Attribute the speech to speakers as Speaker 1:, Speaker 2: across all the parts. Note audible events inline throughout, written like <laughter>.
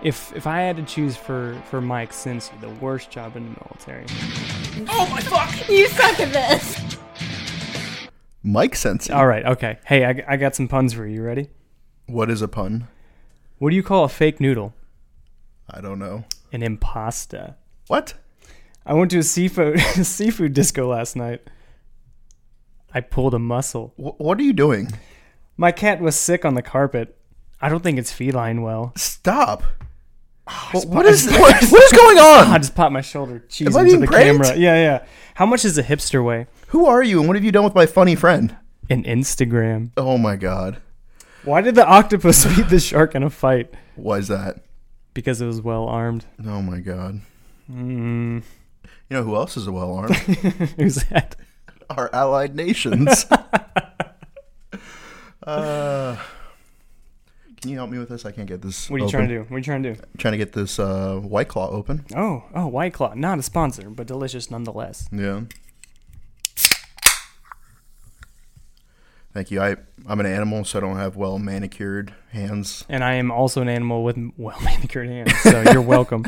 Speaker 1: If if I had to choose for for Mike Cincy, the worst job in the military.
Speaker 2: Oh my fuck!
Speaker 3: You suck at this.
Speaker 4: Mike Sensi.
Speaker 1: All right, okay. Hey, I, I got some puns for you. You ready?
Speaker 4: What is a pun?
Speaker 1: What do you call a fake noodle?
Speaker 4: I don't know.
Speaker 1: An impasta.
Speaker 4: What?
Speaker 1: I went to a seafood <laughs> seafood disco last night. I pulled a muscle.
Speaker 4: Wh- what are you doing?
Speaker 1: My cat was sick on the carpet. I don't think it's feline well.
Speaker 4: Stop.
Speaker 1: Oh,
Speaker 4: Wh- what is what,
Speaker 1: <laughs>
Speaker 4: what is going
Speaker 1: I
Speaker 4: on?
Speaker 1: just popped my shoulder. Cheese
Speaker 4: Am I
Speaker 1: into
Speaker 4: being
Speaker 1: the
Speaker 4: pranked?
Speaker 1: camera. Yeah, yeah. How much does a hipster weigh?
Speaker 4: Who are you and what have you done with my funny friend?
Speaker 1: An Instagram.
Speaker 4: Oh my god.
Speaker 1: Why did the octopus <laughs> beat the shark in a fight?
Speaker 4: Why is that?
Speaker 1: Because it was well armed. <laughs>
Speaker 4: Oh my god.
Speaker 1: Mm,
Speaker 4: You know who else is well
Speaker 1: <laughs>
Speaker 4: armed?
Speaker 1: who's that?
Speaker 4: Our
Speaker 1: <laughs>
Speaker 4: allied nations. uh, can you help me with this? I can't get this.
Speaker 1: What are you trying to do? What are you trying to do?
Speaker 4: I'm trying to get this uh, white claw open.
Speaker 1: Oh, oh, White Claw. Not a sponsor, but delicious nonetheless.
Speaker 4: Yeah. Thank you. I I'm an animal, so I don't have well manicured hands.
Speaker 1: And I am also an animal with well <laughs> manicured hands, so you're <laughs> welcome.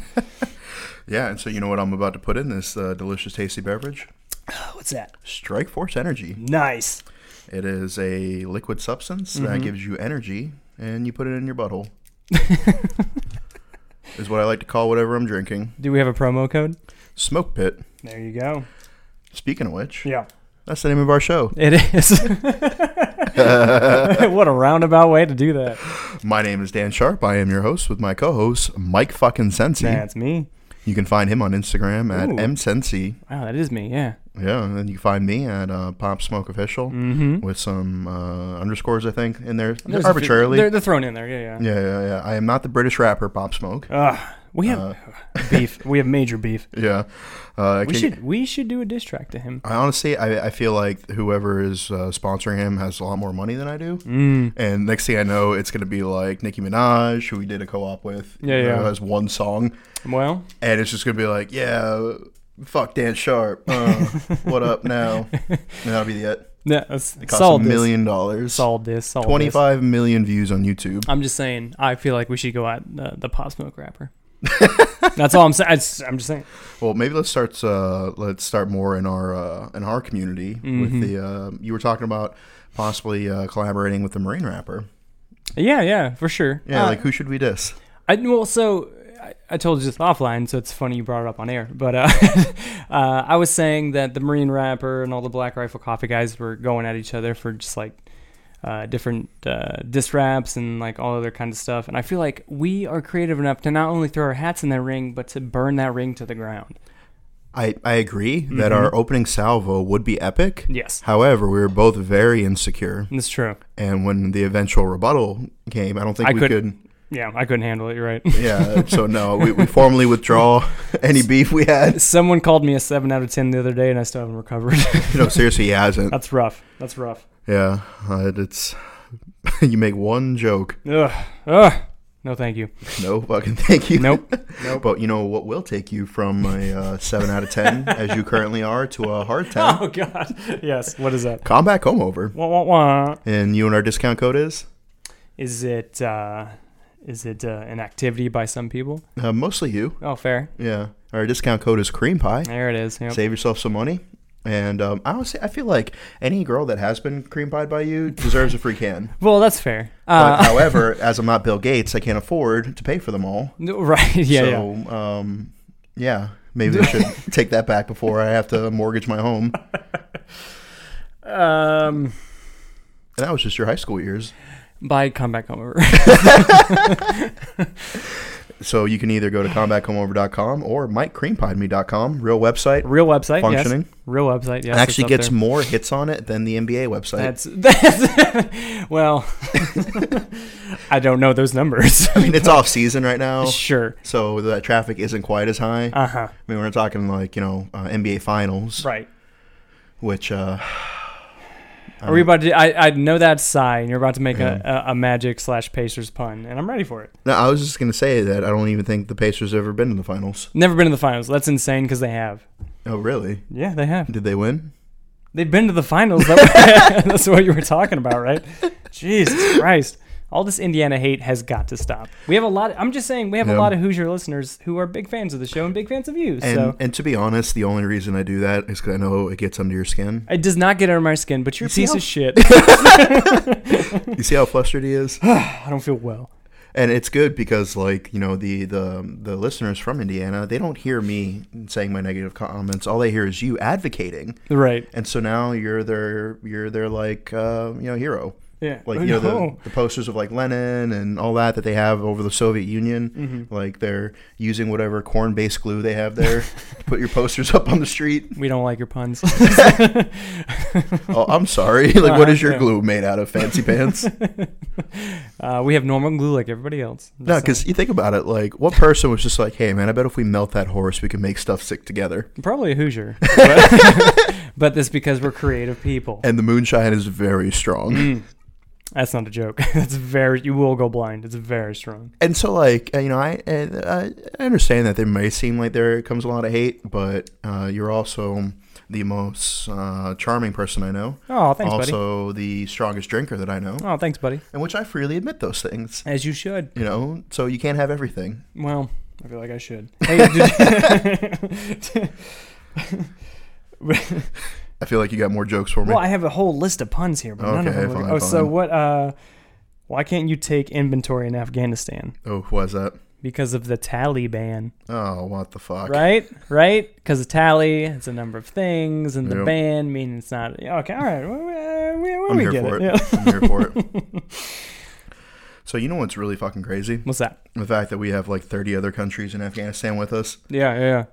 Speaker 4: Yeah, and so you know what I'm about to put in this uh, delicious, tasty beverage?
Speaker 1: Oh, What's that?
Speaker 4: Strike Force Energy.
Speaker 1: Nice.
Speaker 4: It is a liquid substance that gives you energy, and you put it in your butthole. is what I like to call whatever I'm drinking.
Speaker 1: Do we have a promo code?
Speaker 4: Smoke pit.
Speaker 1: There you go.
Speaker 4: Speaking of which,
Speaker 1: Yeah.
Speaker 4: that's the name of our show.
Speaker 1: It <laughs> is. what a roundabout way to do that.
Speaker 4: My name is Dan Sharp. I am your host with my co-host Mike fucking Sensi.
Speaker 1: That's me.
Speaker 4: You can find him on Instagram at
Speaker 1: Ooh.
Speaker 4: msensi.
Speaker 1: Wow, that is me. Yeah.
Speaker 4: Yeah, and then you can find me at uh, Pop Smoke Official
Speaker 1: Mm-hmm.
Speaker 4: with some uh, underscores, I think, in there
Speaker 1: Mm. There's a few-
Speaker 4: arbitrarily.
Speaker 1: they're, they're thrown in there. Yeah, yeah.
Speaker 4: yeah, yeah, yeah. I am not the British rapper Pop Smoke.
Speaker 1: Ugh, we have <laughs> beef. We have major beef.
Speaker 4: yeah, uh,
Speaker 1: We
Speaker 4: can-
Speaker 1: should we should do a diss track to him.
Speaker 4: I honestly, I, I feel like whoever is uh, sponsoring him has a lot more money than I do.
Speaker 1: Mm.
Speaker 4: And next thing I know, it's going to be like Nicki Minaj, who we did a co-op with.
Speaker 1: Yeah,
Speaker 4: you know,
Speaker 1: yeah.
Speaker 4: Has one song,
Speaker 1: Well,
Speaker 4: and it's just going to be like, yeah, fuck Dan Sharp.
Speaker 1: <laughs>
Speaker 4: Uh, what up now? And that'll be the it.
Speaker 1: yeah, that's
Speaker 4: It costs
Speaker 1: solid.
Speaker 4: a
Speaker 1: this.
Speaker 4: million dollars.
Speaker 1: Solid this. Solid this.
Speaker 4: Twenty-five million views on YouTube.
Speaker 1: I'm just saying. I feel like we should go at uh, the pop smoke rapper. <laughs> That's all I'm saying. I'm just saying.
Speaker 4: Well, maybe let's start. Uh, let's start more in our uh, in our community with the. Uh,
Speaker 1: Mm-hmm.
Speaker 4: you were talking about possibly uh, collaborating with the Marine rapper.
Speaker 1: Yeah, yeah, for sure.
Speaker 4: Yeah,
Speaker 1: Uh,
Speaker 4: like who should we diss?
Speaker 1: I well, so I, I told you this offline, so it's funny you brought it up on air. But uh, <laughs> uh, I was saying that the Marine rapper and all the Black Rifle Coffee guys were going at each other for just like uh, different uh, diss raps and like all other kind of stuff. And I feel like we are creative enough to not only throw our hats in that ring, but to burn that ring to the ground.
Speaker 4: I, I agree
Speaker 1: Mm-hmm.
Speaker 4: that our opening salvo would be epic.
Speaker 1: Yes.
Speaker 4: However, we were both very insecure,
Speaker 1: That's true.
Speaker 4: and when the eventual rebuttal came, I don't think
Speaker 1: I
Speaker 4: we could.
Speaker 1: couldn't- Yeah, I couldn't handle it. You're right. <laughs>
Speaker 4: Yeah. so no, we, we formally withdraw any beef we had.
Speaker 1: Someone called me a seven out of ten the other day, and I still haven't recovered. <laughs>
Speaker 4: You know, seriously, he hasn't.
Speaker 1: That's rough. That's rough.
Speaker 4: Yeah. Uh, it's <laughs> you make one joke.
Speaker 1: Ugh. Ugh. No, thank <laughs> you.
Speaker 4: No fucking thank you.
Speaker 1: Nope.
Speaker 4: But you know what will take you from a uh, seven out
Speaker 1: <laughs>
Speaker 4: of ten as you currently are to a hard ten?
Speaker 1: <laughs> Oh God. Yes. What is that?
Speaker 4: Come back home over,
Speaker 1: Wah, wah, wah.
Speaker 4: and you and our discount code is
Speaker 1: Is it uh, is it uh, an activity by some people?
Speaker 4: uh, mostly you.
Speaker 1: Oh, fair.
Speaker 4: Yeah. Our discount code is cream pie.
Speaker 1: There it is. Yep.
Speaker 4: Save yourself some money. And um, I honestly, I feel like any girl that has been cream pied by you deserves a free can.
Speaker 1: Well, that's fair.
Speaker 4: But,
Speaker 1: <laughs> Uh,
Speaker 4: however, as I'm not Bill Gates, I can't afford to pay for them all.
Speaker 1: no, <laughs> right. Yeah. yeah.
Speaker 4: so, Um, yeah, maybe
Speaker 1: <laughs>
Speaker 4: I should take that back before I have to mortgage my home.
Speaker 1: Um,
Speaker 4: And that was just your high school years.
Speaker 1: by comeback over.
Speaker 4: So you can either go to combatcomeover.com or mikecreampiedme.com, real website.
Speaker 1: <laughs> Real website.
Speaker 4: Functioning.
Speaker 1: Yes. Real website. Yes.
Speaker 4: It
Speaker 1: it's
Speaker 4: actually
Speaker 1: up
Speaker 4: gets
Speaker 1: there.
Speaker 4: more hits on it than the NBA website.
Speaker 1: That's that's. <laughs> well, I don't know those
Speaker 4: <laughs>
Speaker 1: numbers. <laughs>
Speaker 4: I mean, it's off season right now,
Speaker 1: sure.
Speaker 4: so that traffic isn't quite as high.
Speaker 1: Uh huh.
Speaker 4: I mean, we're talking like you know uh, NBA Finals,
Speaker 1: Right.
Speaker 4: which uh,
Speaker 1: Are
Speaker 4: Um,
Speaker 1: we about to? I, I know that sigh, and you're about to make a, a, a magic slash Pacers pun, and I'm ready for it.
Speaker 4: no, I was just gonna say that I don't even think the Pacers have ever been in the finals.
Speaker 1: Never been to the finals. That's insane because they have.
Speaker 4: Oh, really?
Speaker 1: Yeah, they have.
Speaker 4: Did they win? <laughs>
Speaker 1: <laughs> They've been to the finals. That- That's what you were talking about, right? Jesus Christ. all this Indiana hate has got to stop. We have a lot. I'm just saying, we have
Speaker 4: Yeah.
Speaker 1: a lot of Hoosier listeners who are big fans of the show and big fans of you.
Speaker 4: And
Speaker 1: so
Speaker 4: and to be honest, the only reason I do that is because I know it gets under your skin.
Speaker 1: it does not get under my skin, but you're a
Speaker 4: see
Speaker 1: piece
Speaker 4: how-
Speaker 1: of
Speaker 4: <laughs>
Speaker 1: shit.
Speaker 4: You see how flustered
Speaker 1: <laughs>
Speaker 4: he is,
Speaker 1: I don't feel well.
Speaker 4: and it's good because like you know the the the listeners from Indiana, they don't hear me saying my negative comments. All they hear is you advocating,
Speaker 1: Right.
Speaker 4: and so now you're their you're their like uh, you know hero.
Speaker 1: Yeah.
Speaker 4: like
Speaker 1: Oh,
Speaker 4: you know
Speaker 1: no.
Speaker 4: the, the posters of like Lenin and all that that they have over the Soviet Union.
Speaker 1: Mm-hmm.
Speaker 4: Like they're using whatever corn-based glue they
Speaker 1: <laughs>
Speaker 4: have there to put your posters up on the street.
Speaker 1: We don't like your puns.
Speaker 4: Oh, I'm sorry. <laughs> Like, what is your
Speaker 1: Uh-huh, yeah.
Speaker 4: glue made out of? Fancy pants?
Speaker 1: uh, we have normal glue like everybody else.
Speaker 4: no,
Speaker 1: So-
Speaker 4: because you think about it. Like, what person was just like, "Hey, man, I bet if we melt that horse, we can make stuff stick together."
Speaker 1: probably a <laughs> Hoosier, but, but that's because we're creative people.
Speaker 4: And the moonshine is very strong.
Speaker 1: Mm. <clears throat> That's not a joke. <laughs> That's very. You will go blind. It's very strong.
Speaker 4: And so, like, uh, you know, I, I I understand that there may seem like there comes a lot of hate, but uh, you're also the most uh, charming person I know.
Speaker 1: Oh, thanks, buddy.
Speaker 4: also the strongest drinker that I know,
Speaker 1: Oh, thanks, buddy.
Speaker 4: and which I freely admit those things.
Speaker 1: As you should.
Speaker 4: You know, so you can't have everything.
Speaker 1: Well, I feel like I <laughs> should. Hey, <laughs> did you-
Speaker 4: I feel like you got more jokes for me.
Speaker 1: well, I have a whole list of puns here, but none of
Speaker 4: Okay,
Speaker 1: them. Are
Speaker 4: fine,
Speaker 1: oh, so
Speaker 4: fine.
Speaker 1: what? Uh, why can't you take inventory in Afghanistan
Speaker 4: oh, why's that?
Speaker 1: because of the Taliban?
Speaker 4: Oh, what the fuck?
Speaker 1: Right, right. Because the tally, it's a number of things, and the
Speaker 4: Yep.
Speaker 1: ban meaning it's not. yeah, Okay, all right. We, we, we,
Speaker 4: I'm
Speaker 1: we
Speaker 4: here
Speaker 1: get
Speaker 4: for it.
Speaker 1: it. Yeah.
Speaker 4: I'm here for it.
Speaker 1: <laughs>
Speaker 4: So you know what's really fucking crazy?
Speaker 1: What's that?
Speaker 4: The fact that we have like 30 other countries in Afghanistan with us,
Speaker 1: Yeah, yeah.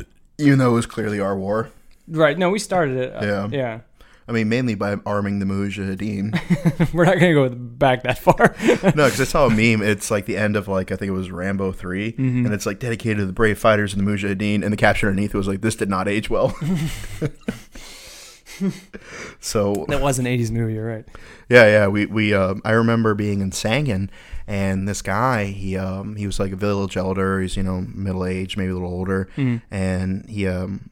Speaker 4: even though it was clearly our war.
Speaker 1: Right. No, we started it. Uh, yeah. <laughs>
Speaker 4: I mean, mainly by arming the mujahideen.
Speaker 1: We're not gonna go back that far.
Speaker 4: No, because I saw a meme. It's like the end of like I think it was Rambo 3
Speaker 1: Mm-hmm.
Speaker 4: and it's like dedicated to the brave fighters and the mujahideen. And the caption underneath was like, "This did not
Speaker 1: <laughs>
Speaker 4: age well." <laughs> so
Speaker 1: <laughs> that was an '80s movie, you're right?
Speaker 4: yeah, yeah, we we um I remember being in Sangin, and this guy he um, he was like a village elder. He's you know middle aged, maybe a little older, and he um.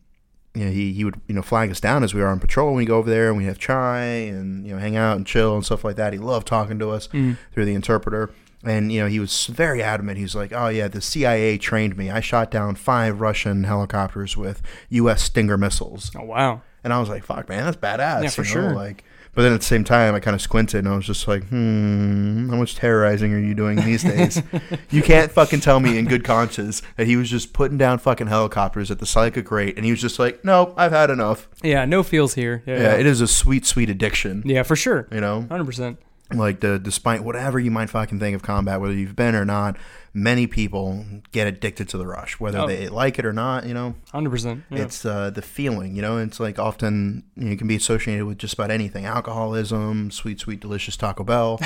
Speaker 4: You know, he, he would you know flag us down as we are on patrol. and We go over there and we have chai and you know hang out and chill and stuff like that. He loved talking to us through the interpreter, and you know he was very adamant. He was like, "Oh yeah, the CIA trained me. I shot down five Russian helicopters with U.S. Stinger missiles."
Speaker 1: Oh wow.
Speaker 4: And I was like, fuck, man, that's badass.
Speaker 1: Yeah, for
Speaker 4: you
Speaker 1: sure.
Speaker 4: Like, but then at the same time, I kind of squinted and I was just like, hmm, how much terrorizing are you doing these
Speaker 1: <laughs>
Speaker 4: days? you can't fucking tell me in good conscience that he was just putting down fucking helicopters at the psychic rate and he was just like, nope, I've had enough.
Speaker 1: Yeah. No feels here. Yeah.
Speaker 4: Yeah,
Speaker 1: Yeah.
Speaker 4: it is a sweet, sweet addiction.
Speaker 1: yeah for sure.
Speaker 4: You know?
Speaker 1: Hundred percent.
Speaker 4: like the, despite whatever you might fucking think of combat, whether you've been or not, many people get addicted to the rush, whether
Speaker 1: Oh.
Speaker 4: they like it or not, you know?
Speaker 1: Hundred percent. Yeah.
Speaker 4: It's uh, the feeling, you know. It's like often you know, it can be associated with just about anything: alcoholism, sweet, sweet, delicious
Speaker 1: <laughs>
Speaker 4: Taco Bell,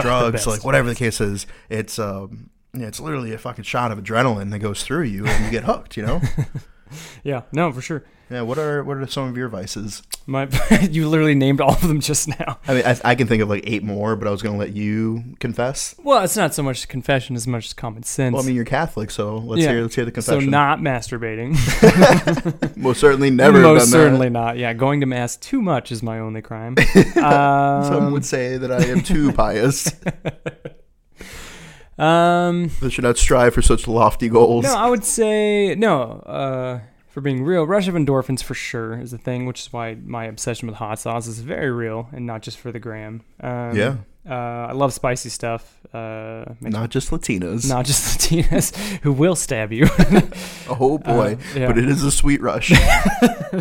Speaker 4: drugs,
Speaker 1: best.
Speaker 4: like whatever the case is. It's um, you know, it's literally a fucking shot of adrenaline that goes through you, and you get hooked.
Speaker 1: <laughs>
Speaker 4: You know.
Speaker 1: yeah. No, for sure.
Speaker 4: yeah. What are what are some of your vices?
Speaker 1: My, <laughs> you literally named all of them just now.
Speaker 4: I mean, I, I can think of like eight more, but I was going to let you confess.
Speaker 1: Well, it's not so much confession as much as common sense.
Speaker 4: Well, I mean, you're Catholic, so let's
Speaker 1: Yeah.
Speaker 4: hear let's hear the
Speaker 1: so
Speaker 4: confession.
Speaker 1: not masturbating.
Speaker 4: most
Speaker 1: <laughs>
Speaker 4: certainly never.
Speaker 1: Most
Speaker 4: done that.
Speaker 1: certainly not. Yeah, going to mass too much is my only
Speaker 4: <laughs>
Speaker 1: crime. um,
Speaker 4: Some would say that I am
Speaker 1: <laughs>
Speaker 4: too pious.
Speaker 1: um,
Speaker 4: I should not strive for such lofty goals.
Speaker 1: no, I would say no. Uh, for being real, rush of endorphins for sure is a thing, which is why my obsession with hot sauce is very real and not just for the gram. Um,
Speaker 4: Yeah.
Speaker 1: uh, I love spicy stuff. Uh, makes-
Speaker 4: Not just Latinas.
Speaker 1: not just <laughs> Latinas who will stab you. <laughs>
Speaker 4: Oh boy,
Speaker 1: Um, yeah.
Speaker 4: but it is a
Speaker 1: <laughs>
Speaker 4: sweet rush.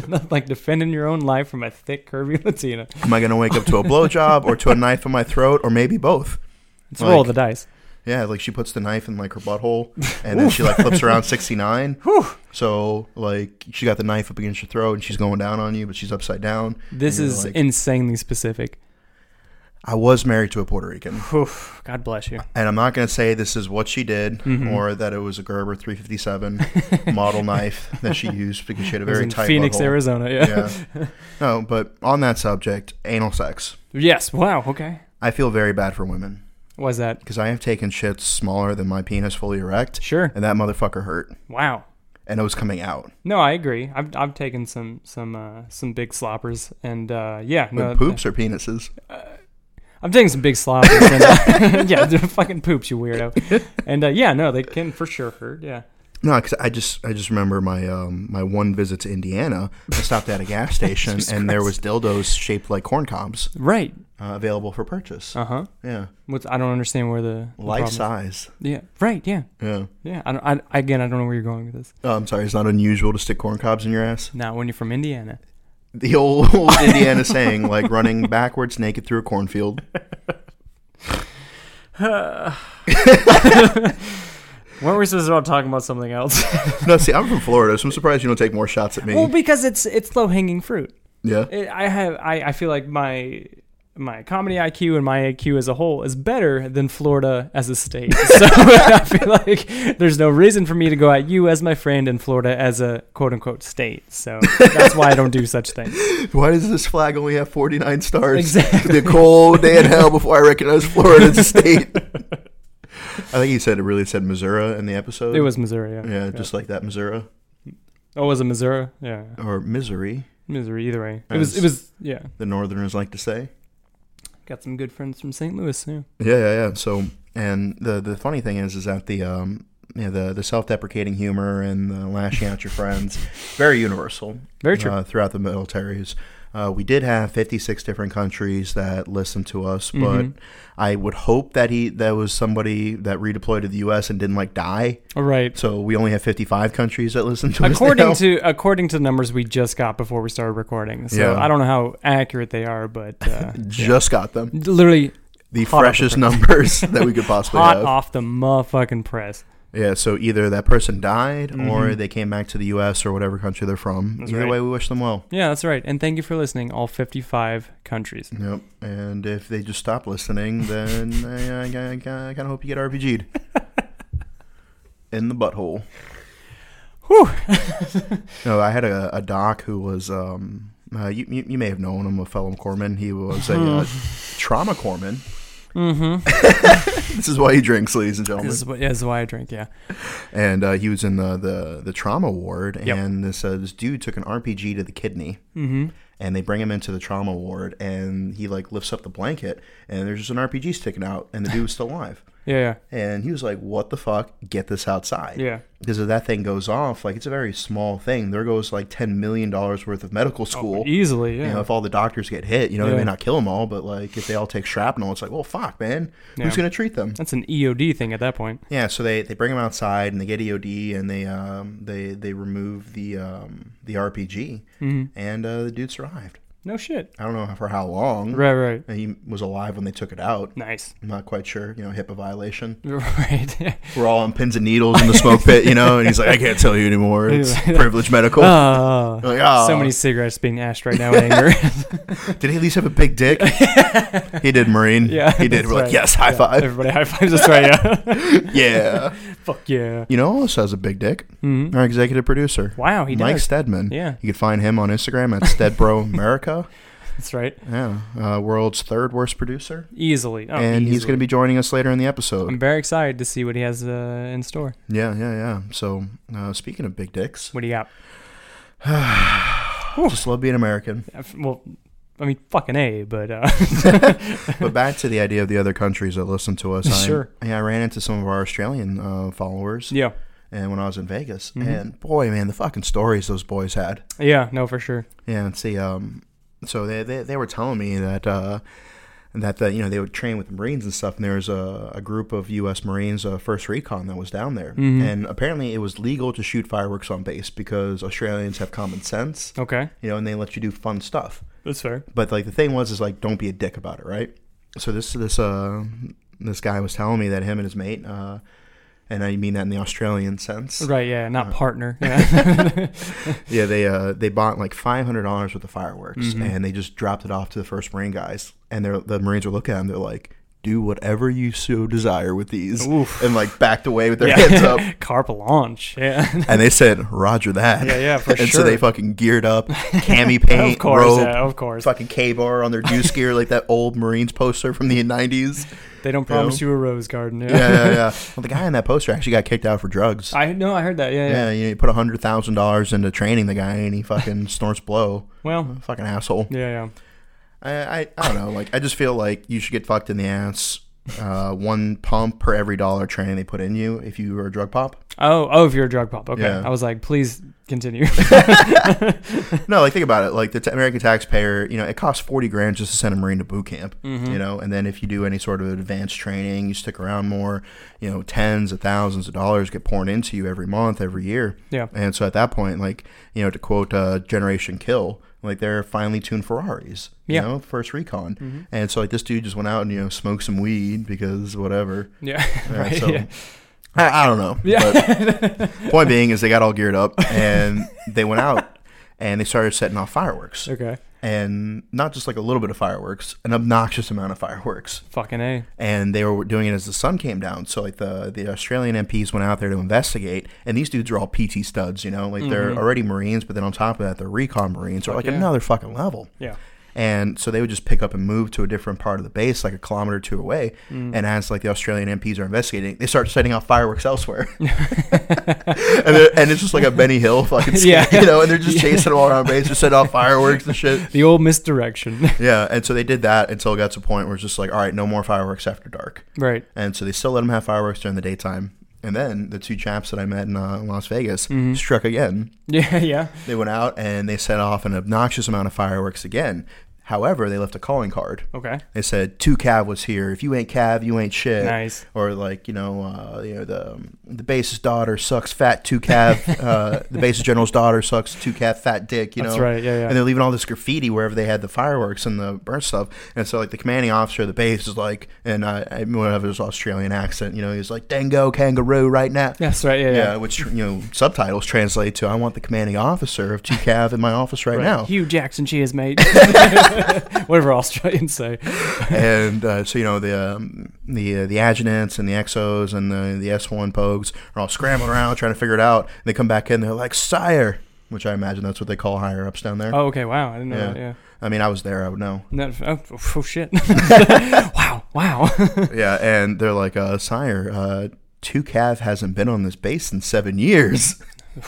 Speaker 1: Not like defending your own life from a thick, curvy Latina.
Speaker 4: Am I going to wake up to a blowjob or to a knife in my throat or maybe both?
Speaker 1: Let's roll
Speaker 4: Like-
Speaker 1: the dice.
Speaker 4: Yeah, like she puts the knife in like her butthole and then she like flips
Speaker 1: <laughs>
Speaker 4: around 69. so like she got the knife up against your throat and she's going down on you, but she's upside down.
Speaker 1: This
Speaker 4: And you're
Speaker 1: is
Speaker 4: like-
Speaker 1: insanely specific.
Speaker 4: I was married to a Puerto Rican.
Speaker 1: Oof, God bless you.
Speaker 4: And I'm not going to say this is what she did
Speaker 1: Mm-hmm.
Speaker 4: or that it was a Gerber
Speaker 1: <laughs>
Speaker 4: 357 model knife that she used because she had a
Speaker 1: It was
Speaker 4: <laughs> very
Speaker 1: in
Speaker 4: tight
Speaker 1: Phoenix,
Speaker 4: butthole.
Speaker 1: Arizona. Yeah.
Speaker 4: Yeah. No, but on that subject, anal sex.
Speaker 1: Yes. Wow. Okay.
Speaker 4: I feel very bad for women.
Speaker 1: Was that
Speaker 4: because I have taken shits smaller than my penis fully erect.
Speaker 1: sure?
Speaker 4: And that motherfucker hurt.
Speaker 1: Wow.
Speaker 4: And it was coming out.
Speaker 1: No, I agree. I've I've taken some some uh, some big sloppers, and uh, yeah, no,
Speaker 4: Poops or penises?
Speaker 1: I'm taking some big slobbers. and, uh, <laughs> yeah, they're fucking poops, you <laughs> weirdo. And uh, yeah, no, they can for sure hurt. Yeah.
Speaker 4: No, because I just I just remember my um, my one visit to Indiana. I stopped at
Speaker 1: <laughs>
Speaker 4: a gas station and there was dildos shaped like corn cobs
Speaker 1: Right.
Speaker 4: uh, available for purchase.
Speaker 1: Uh huh.
Speaker 4: yeah,
Speaker 1: What's I don't understand where the the
Speaker 4: life
Speaker 1: problem is.
Speaker 4: size.
Speaker 1: Yeah. Right. Yeah.
Speaker 4: Yeah.
Speaker 1: Yeah. I, don't, I again, I don't know where you're going with this.
Speaker 4: Oh, I'm sorry. It's not unusual to stick corn cobs in your ass.
Speaker 1: Now, when you're from <sighs> Indiana, <laughs>
Speaker 4: The old, old Indiana saying, like running backwards naked through a cornfield. <laughs>
Speaker 1: weren't we supposed to be talking about something else?
Speaker 4: No, see, I'm from Florida, so I'm surprised you don't take more shots at me.
Speaker 1: well, because it's it's low hanging fruit.
Speaker 4: yeah.
Speaker 1: It, I have I, I feel like my my comedy IQ and my IQ as a whole is better than Florida as a state. So <laughs> I feel like there's no reason for me to go at you as my friend in Florida as a quote unquote state. So that's why I don't do such things.
Speaker 4: <laughs> Why does this flag only have 49 stars?
Speaker 1: Exactly.
Speaker 4: The cold day
Speaker 1: <laughs>
Speaker 4: in hell before I recognize Florida as a state. I think he said it really said Missouri in the episode.
Speaker 1: It was Missouri. Yeah.
Speaker 4: Yeah, just like that, Missouri.
Speaker 1: oh, was it Missouri? Yeah,
Speaker 4: Or misery,
Speaker 1: Missouri. Either way, it
Speaker 4: As-
Speaker 1: was. It was. Yeah,
Speaker 4: the Northerners like to say.
Speaker 1: got some good friends from St. Louis. Yeah.
Speaker 4: Yeah, yeah, yeah. So, and the the funny thing is, is that the um, you know, the the self deprecating humor and the lashing out your friends, very universal.
Speaker 1: Very true.
Speaker 4: Uh, throughout the militaries, uh, we did have fifty six different countries that listened to us,
Speaker 1: Mhm.
Speaker 4: but I would hope that he that was somebody that redeployed to the U.S. and didn't like die.
Speaker 1: All
Speaker 4: <laughs>
Speaker 1: right.
Speaker 4: So we only have fifty five countries that listen to us. now.
Speaker 1: According to according to the numbers we just got before we started recording, so
Speaker 4: Yeah.
Speaker 1: I don't know how accurate they are, but uh,
Speaker 4: <laughs>
Speaker 1: <laughs>
Speaker 4: just got them
Speaker 1: literally
Speaker 4: the
Speaker 1: Hot off the
Speaker 4: freshest numbers <laughs>
Speaker 1: <laughs>
Speaker 4: that we could possibly
Speaker 1: hot
Speaker 4: have.
Speaker 1: off the motherfucking press.
Speaker 4: Yeah, so either that person died or they came back to the U.S. or whatever country they're from. either
Speaker 1: Mm-hmm. right.
Speaker 4: way, we wish them well.
Speaker 1: Yeah, that's right. And thank you for listening, all 55 countries.
Speaker 4: Yep. And if they just stop listening, then I, I, I, I kind of hope you get RPG'd
Speaker 1: <laughs>
Speaker 4: in the butthole.
Speaker 1: Whew.
Speaker 4: <laughs> No, I had a, a doc who was. Um, uh, you, you, you may have known him, a fellow corpsman. He was a uh, trauma corpsman.
Speaker 1: Hmm. Mm-hmm.
Speaker 4: <laughs> This is why he drinks, ladies and gentlemen.
Speaker 1: This is, what, this is why I drink, yeah.
Speaker 4: and uh, he was in the, the, the trauma ward,
Speaker 1: Yep.
Speaker 4: and this uh, this dude took an RPG to the kidney,
Speaker 1: Mm-hmm.
Speaker 4: and they bring him into the trauma ward, and he like lifts up the blanket, and there's just an RPG sticking out, and the dude was still alive,
Speaker 1: Yeah,
Speaker 4: and he was like, "What the fuck? Get this outside!"
Speaker 1: yeah, yeah.
Speaker 4: because if that thing goes off, like it's a very small thing. There goes like ten million dollars worth of medical school.
Speaker 1: Easily, Oh, yeah.
Speaker 4: You know, if all the doctors get hit, you know,
Speaker 1: Yeah.
Speaker 4: they may not kill them all, but like if they all take shrapnel, it's like, well, fuck, man,
Speaker 1: Yeah.
Speaker 4: who's gonna treat them?
Speaker 1: That's an EOD thing at that point.
Speaker 4: Yeah, so they, they bring him outside and they get EOD and they um, they they remove the um, the RPG
Speaker 1: Mm-hmm.
Speaker 4: and uh, the dude survived.
Speaker 1: No shit.
Speaker 4: I don't know for how long.
Speaker 1: Right, right.
Speaker 4: And He was alive when they took it out.
Speaker 1: Nice. <laughs>
Speaker 4: I'm not quite sure. You know, HIPAA violation.
Speaker 1: Right. <laughs> yeah.
Speaker 4: We're all on pins and needles in the smoke pit, you know. And he's like, I can't tell you
Speaker 1: <laughs>
Speaker 4: anymore. It's privileged medical.
Speaker 1: Oh,
Speaker 4: Like, "Oh,
Speaker 1: so many cigarettes being ashed right now in anger.
Speaker 4: Did he at least have a
Speaker 1: <laughs>
Speaker 4: big dick? he did, Marine.
Speaker 1: Yeah,
Speaker 4: he did.
Speaker 1: that's
Speaker 4: We're like,
Speaker 1: right.
Speaker 4: yes, high <laughs>
Speaker 1: <laughs>
Speaker 4: five. <laughs>
Speaker 1: Everybody high fives. That's right, yeah.
Speaker 4: Yeah.
Speaker 1: <laughs> Fuck yeah. Mm-hmm.
Speaker 4: You know, who also has a big dick. Our executive producer.
Speaker 1: Wow, he
Speaker 4: Mike
Speaker 1: does.
Speaker 4: Stedman.
Speaker 1: Yeah.
Speaker 4: You could find him on Instagram
Speaker 1: <laughs>
Speaker 4: at Stedbro America.
Speaker 1: That's right.
Speaker 4: Yeah. Uh, world's third worst producer.
Speaker 1: Easily. Oh,
Speaker 4: and he's
Speaker 1: easily.
Speaker 4: going to be joining us later in the episode.
Speaker 1: I'm very excited to see what he has uh, in store.
Speaker 4: yeah, yeah, yeah. So, uh, speaking of big dicks,
Speaker 1: What do you got?
Speaker 4: just love
Speaker 1: <laughs>
Speaker 4: being American.
Speaker 1: Uh, f- Well, I mean, fucking A, but uh, <laughs>
Speaker 4: But back to the idea of the other countries that listen to us. I-
Speaker 1: Sure.
Speaker 4: yeah, I ran into some of our Australian uh, followers,
Speaker 1: yeah. Mm-hmm.
Speaker 4: and when I was in Vegas, and boy, man, the fucking stories those boys had.
Speaker 1: Yeah, no, for sure.
Speaker 4: Yeah, and see, um, so they, they they were telling me that uh, that the, you know they would train with the Marines and stuff, and there was a, a group of U.S. Marines, uh, First Recon, that was down there, and apparently it was legal to shoot fireworks on base because Australians have common sense,
Speaker 1: Okay,
Speaker 4: you know, and they let you do fun stuff.
Speaker 1: that's fair.
Speaker 4: But like the thing was, is like don't be a dick about it, right? So this this uh this guy was telling me that him and his mate, uh, and I mean that in the Australian sense,
Speaker 1: Right, yeah, not
Speaker 4: Uh-huh. <laughs>
Speaker 1: partner. Yeah.
Speaker 4: Yeah, they uh, they bought like five hundred dollars worth of fireworks,
Speaker 1: Mm-hmm.
Speaker 4: and they just dropped it off to the first Marine guys, and they're, the Marines were looking at them. They're like, "Do whatever you so desire with these,"
Speaker 1: Oof.
Speaker 4: and like backed away with
Speaker 1: <laughs>
Speaker 4: their hands up.
Speaker 1: yeah. Carp launch. Yeah, <laughs>
Speaker 4: And they said, "Roger that."
Speaker 1: Yeah, yeah, for
Speaker 4: And so they
Speaker 1: sure.
Speaker 4: fucking geared
Speaker 1: <laughs>
Speaker 4: up, cami paint,
Speaker 1: of course.
Speaker 4: rope,
Speaker 1: Yeah, of course.
Speaker 4: fucking K bar on their
Speaker 1: <laughs>
Speaker 4: juice gear, like that old Marines poster from the nineties.
Speaker 1: They don't promise you a rose garden. Yeah.
Speaker 4: Yeah,
Speaker 1: <laughs>
Speaker 4: yeah, yeah. Well, the guy in that poster actually got kicked out for drugs.
Speaker 1: I know. I heard that. Yeah, yeah.
Speaker 4: yeah, you, know, you put hundred thousand dollars into training the guy, and he fucking snorts blow.
Speaker 1: Well,
Speaker 4: Fucking asshole.
Speaker 1: yeah, yeah.
Speaker 4: I, I, I don't know. Like, I just feel like you should get fucked in the ass. Uh, one pump per every dollar training they put in you if you were a drug pop.
Speaker 1: Oh, oh, if you're a drug pop. Okay.
Speaker 4: Yeah.
Speaker 1: I was like, please
Speaker 4: <laughs>
Speaker 1: continue. <laughs>
Speaker 4: No, like think about it. Like the t- American taxpayer, you know, it costs forty grand just to send a marine to boot camp.
Speaker 1: Mm-hmm.
Speaker 4: You know, and then if you do any sort of advanced training, you stick around more. You know, tens of thousands of dollars get poured into you every month, every year.
Speaker 1: yeah.
Speaker 4: And so at that point, like, you know, to quote uh, Generation Kill, like they're finely tuned Ferraris, you
Speaker 1: Yeah. Mm-hmm.
Speaker 4: know, first recon. And so like this dude just went out and, you know, smoked some weed because whatever.
Speaker 1: Yeah. <laughs>
Speaker 4: Yeah,
Speaker 1: right.
Speaker 4: so-
Speaker 1: yeah.
Speaker 4: I, I don't know. Yeah.
Speaker 1: <laughs>
Speaker 4: But point being is they got all geared up and they went out and they started setting off fireworks.
Speaker 1: Okay.
Speaker 4: And not just like a little bit of fireworks, an obnoxious amount of fireworks
Speaker 1: Fucking A.
Speaker 4: and they were doing it as the sun came down. So like the the Australian MPs went out there to investigate, and these dudes are all PT studs, you know, like they're already Marines, but then on top of that, they're recon Marines, or like
Speaker 1: Mm-hmm. yeah.
Speaker 4: another fucking level.
Speaker 1: Yeah.
Speaker 4: And so they would just pick up and move to a different part of the base, like a kilometer or two away.
Speaker 1: Mm.
Speaker 4: And as like the Australian MPs are investigating, they start setting off fireworks
Speaker 1: <laughs>
Speaker 4: elsewhere, and, they're- and it's just like a Benny Hill fucking,
Speaker 1: <laughs>
Speaker 4: scene,
Speaker 1: Yeah.
Speaker 4: you know, and they're just chasing them all around base, just setting off fireworks
Speaker 1: <laughs>
Speaker 4: and shit.
Speaker 1: The old misdirection. <laughs>
Speaker 4: Yeah, and so they did that until it got to a point where it's just like, all right, no more fireworks after dark.
Speaker 1: right.
Speaker 4: And so they still let him have fireworks during the daytime. And then the two chaps that I met in uh, Las Vegas
Speaker 1: Mm-hmm.
Speaker 4: struck again.
Speaker 1: Yeah. Yeah.
Speaker 4: They went out and they set off an obnoxious amount of fireworks again. However, they left a calling card.
Speaker 1: Okay.
Speaker 4: They said two Cav was here. If you ain't Cav, you ain't shit.
Speaker 1: Nice.
Speaker 4: Or like you know, uh, you know the um, the bassist daughter sucks fat
Speaker 1: <laughs>
Speaker 4: two Cav. uh, the bassist general's daughter sucks two Cav fat dick. You
Speaker 1: That's
Speaker 4: know.
Speaker 1: right, yeah, yeah.
Speaker 4: And they're leaving all this graffiti wherever they had the fireworks and the burn stuff. And so like the commanding officer of the base is like, and I, I have his Australian accent. You know, he's like, "Dango kangaroo right now."
Speaker 1: That's right. Yeah. Yeah.
Speaker 4: Yeah, which you know subtitles translate to "I want the commanding officer of two Cav in my office right, now."
Speaker 1: Hugh Jackson, cheers,
Speaker 4: <laughs>
Speaker 1: mate. <laughs> Whatever Australians say.
Speaker 4: and uh, so you know the um, the uh, the adjutants and the exos and the the S one pogues are all scrambling around trying to figure it out. And they come back in, they're like sire, which I imagine that's what they call higher ups down there.
Speaker 1: Oh, okay. Wow. I didn't know
Speaker 4: Yeah.
Speaker 1: that. Yeah.
Speaker 4: I mean, I was there, I would know.
Speaker 1: No, oh, oh, oh, <laughs> shit. wow. Wow.
Speaker 4: yeah, and they're like uh, sire. Uh, Two Cav hasn't been on this base in seven years. <laughs>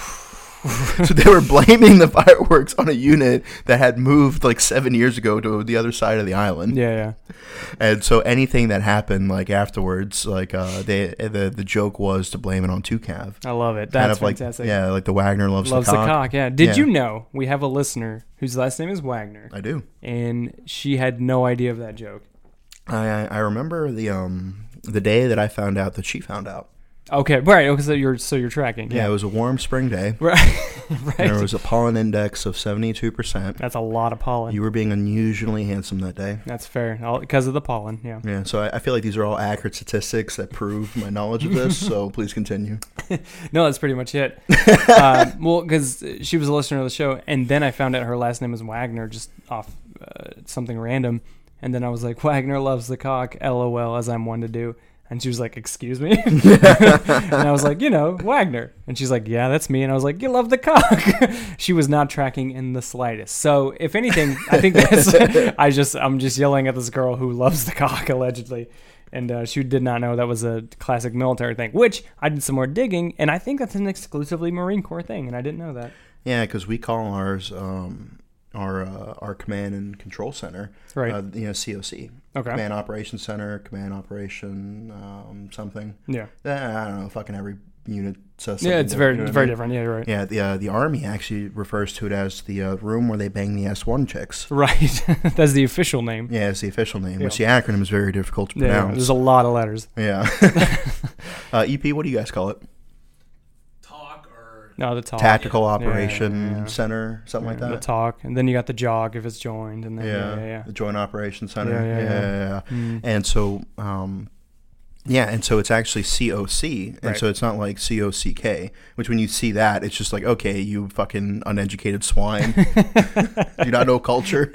Speaker 4: so they were blaming the fireworks on a unit that had moved like seven years ago to the other side of the island.
Speaker 1: yeah. Yeah.
Speaker 4: And so anything that happened like afterwards, like uh, they the the joke was to blame it on Tucav.
Speaker 1: I love it.
Speaker 4: Kind
Speaker 1: That's
Speaker 4: of like
Speaker 1: fantastic.
Speaker 4: yeah, like the Wagner loves,
Speaker 1: Loves
Speaker 4: the, cock.
Speaker 1: Yeah. Did
Speaker 4: Yeah.
Speaker 1: you know we have a listener whose last name is Wagner,
Speaker 4: I do.
Speaker 1: and she had no idea of that joke.
Speaker 4: I I I remember the um the day that I found out that she found out.
Speaker 1: Okay. Right. Okay. So you're so you're tracking.
Speaker 4: Yeah,
Speaker 1: Yeah.
Speaker 4: it was a warm spring day.
Speaker 1: <laughs> Right.
Speaker 4: And there
Speaker 1: right.
Speaker 4: was a pollen index of seventy two percent.
Speaker 1: That's a lot of pollen.
Speaker 4: You were being unusually handsome that day.
Speaker 1: That's fair. Because of the pollen. Yeah.
Speaker 4: Yeah, so I, I feel like these are all accurate statistics that prove my knowledge
Speaker 1: <laughs>
Speaker 4: of this. So please continue.
Speaker 1: No, that's pretty much it. uh, well, because she was a listener of the show, and then I found out her last name is Wagner just off uh, something random, and then I was like, <laughs> Wagner loves the cock, lol, as I'm one to do. And she was like, "Excuse me," <laughs> and I was like, "You know, Wagner." And she's like, "Yeah, that's me." And I was like, "You love the cock." <laughs> she was not tracking in the slightest. So, if anything, I think
Speaker 4: <laughs>
Speaker 1: that's. I just, I'm just yelling at this girl who loves the cock allegedly, and uh, she did not know that was a classic military thing. Which I did some more digging, and I think that's an exclusively Marine Corps thing, and I didn't know that.
Speaker 4: Yeah, because we call ours um, our uh, our command and control center,
Speaker 1: Right.
Speaker 4: Uh, you know, COC,
Speaker 1: Okay.
Speaker 4: command operations center, command operation um, something.
Speaker 1: Yeah,
Speaker 4: Eh, I don't know. Fucking every unit says.
Speaker 1: yeah,
Speaker 4: something
Speaker 1: it's very,
Speaker 4: different, you know what
Speaker 1: very
Speaker 4: I mean?
Speaker 1: different. Yeah, you're right.
Speaker 4: Yeah, the uh, the army actually refers to it as the uh, room where they bang the S one chicks.
Speaker 1: Right, <laughs> that's the official name.
Speaker 4: Yeah, it's the official name, which the acronym is very difficult to
Speaker 1: Yeah,
Speaker 4: pronounce.
Speaker 1: there's a lot of letters.
Speaker 4: Yeah.
Speaker 1: <laughs>
Speaker 4: uh, EP, what do you guys call it?
Speaker 2: Talk or
Speaker 1: No, the talk,
Speaker 4: Tactical
Speaker 1: Oh, Yeah,
Speaker 4: Operation
Speaker 1: yeah, yeah.
Speaker 4: Center, something like
Speaker 1: the
Speaker 4: that.
Speaker 1: talk, and then you got the jog if it's joined, and then yeah, yeah, yeah.
Speaker 4: the Joint Operations Center.
Speaker 1: Yeah,
Speaker 4: Yeah,
Speaker 1: yeah,
Speaker 4: yeah,
Speaker 1: yeah.
Speaker 4: yeah.
Speaker 1: Mm.
Speaker 4: And so, um, yeah, and so it's actually COC, and
Speaker 1: Right.
Speaker 4: so it's not like COCK, which when you see that, it's just like, okay, you fucking
Speaker 2: <laughs>
Speaker 4: uneducated swine, you not know culture.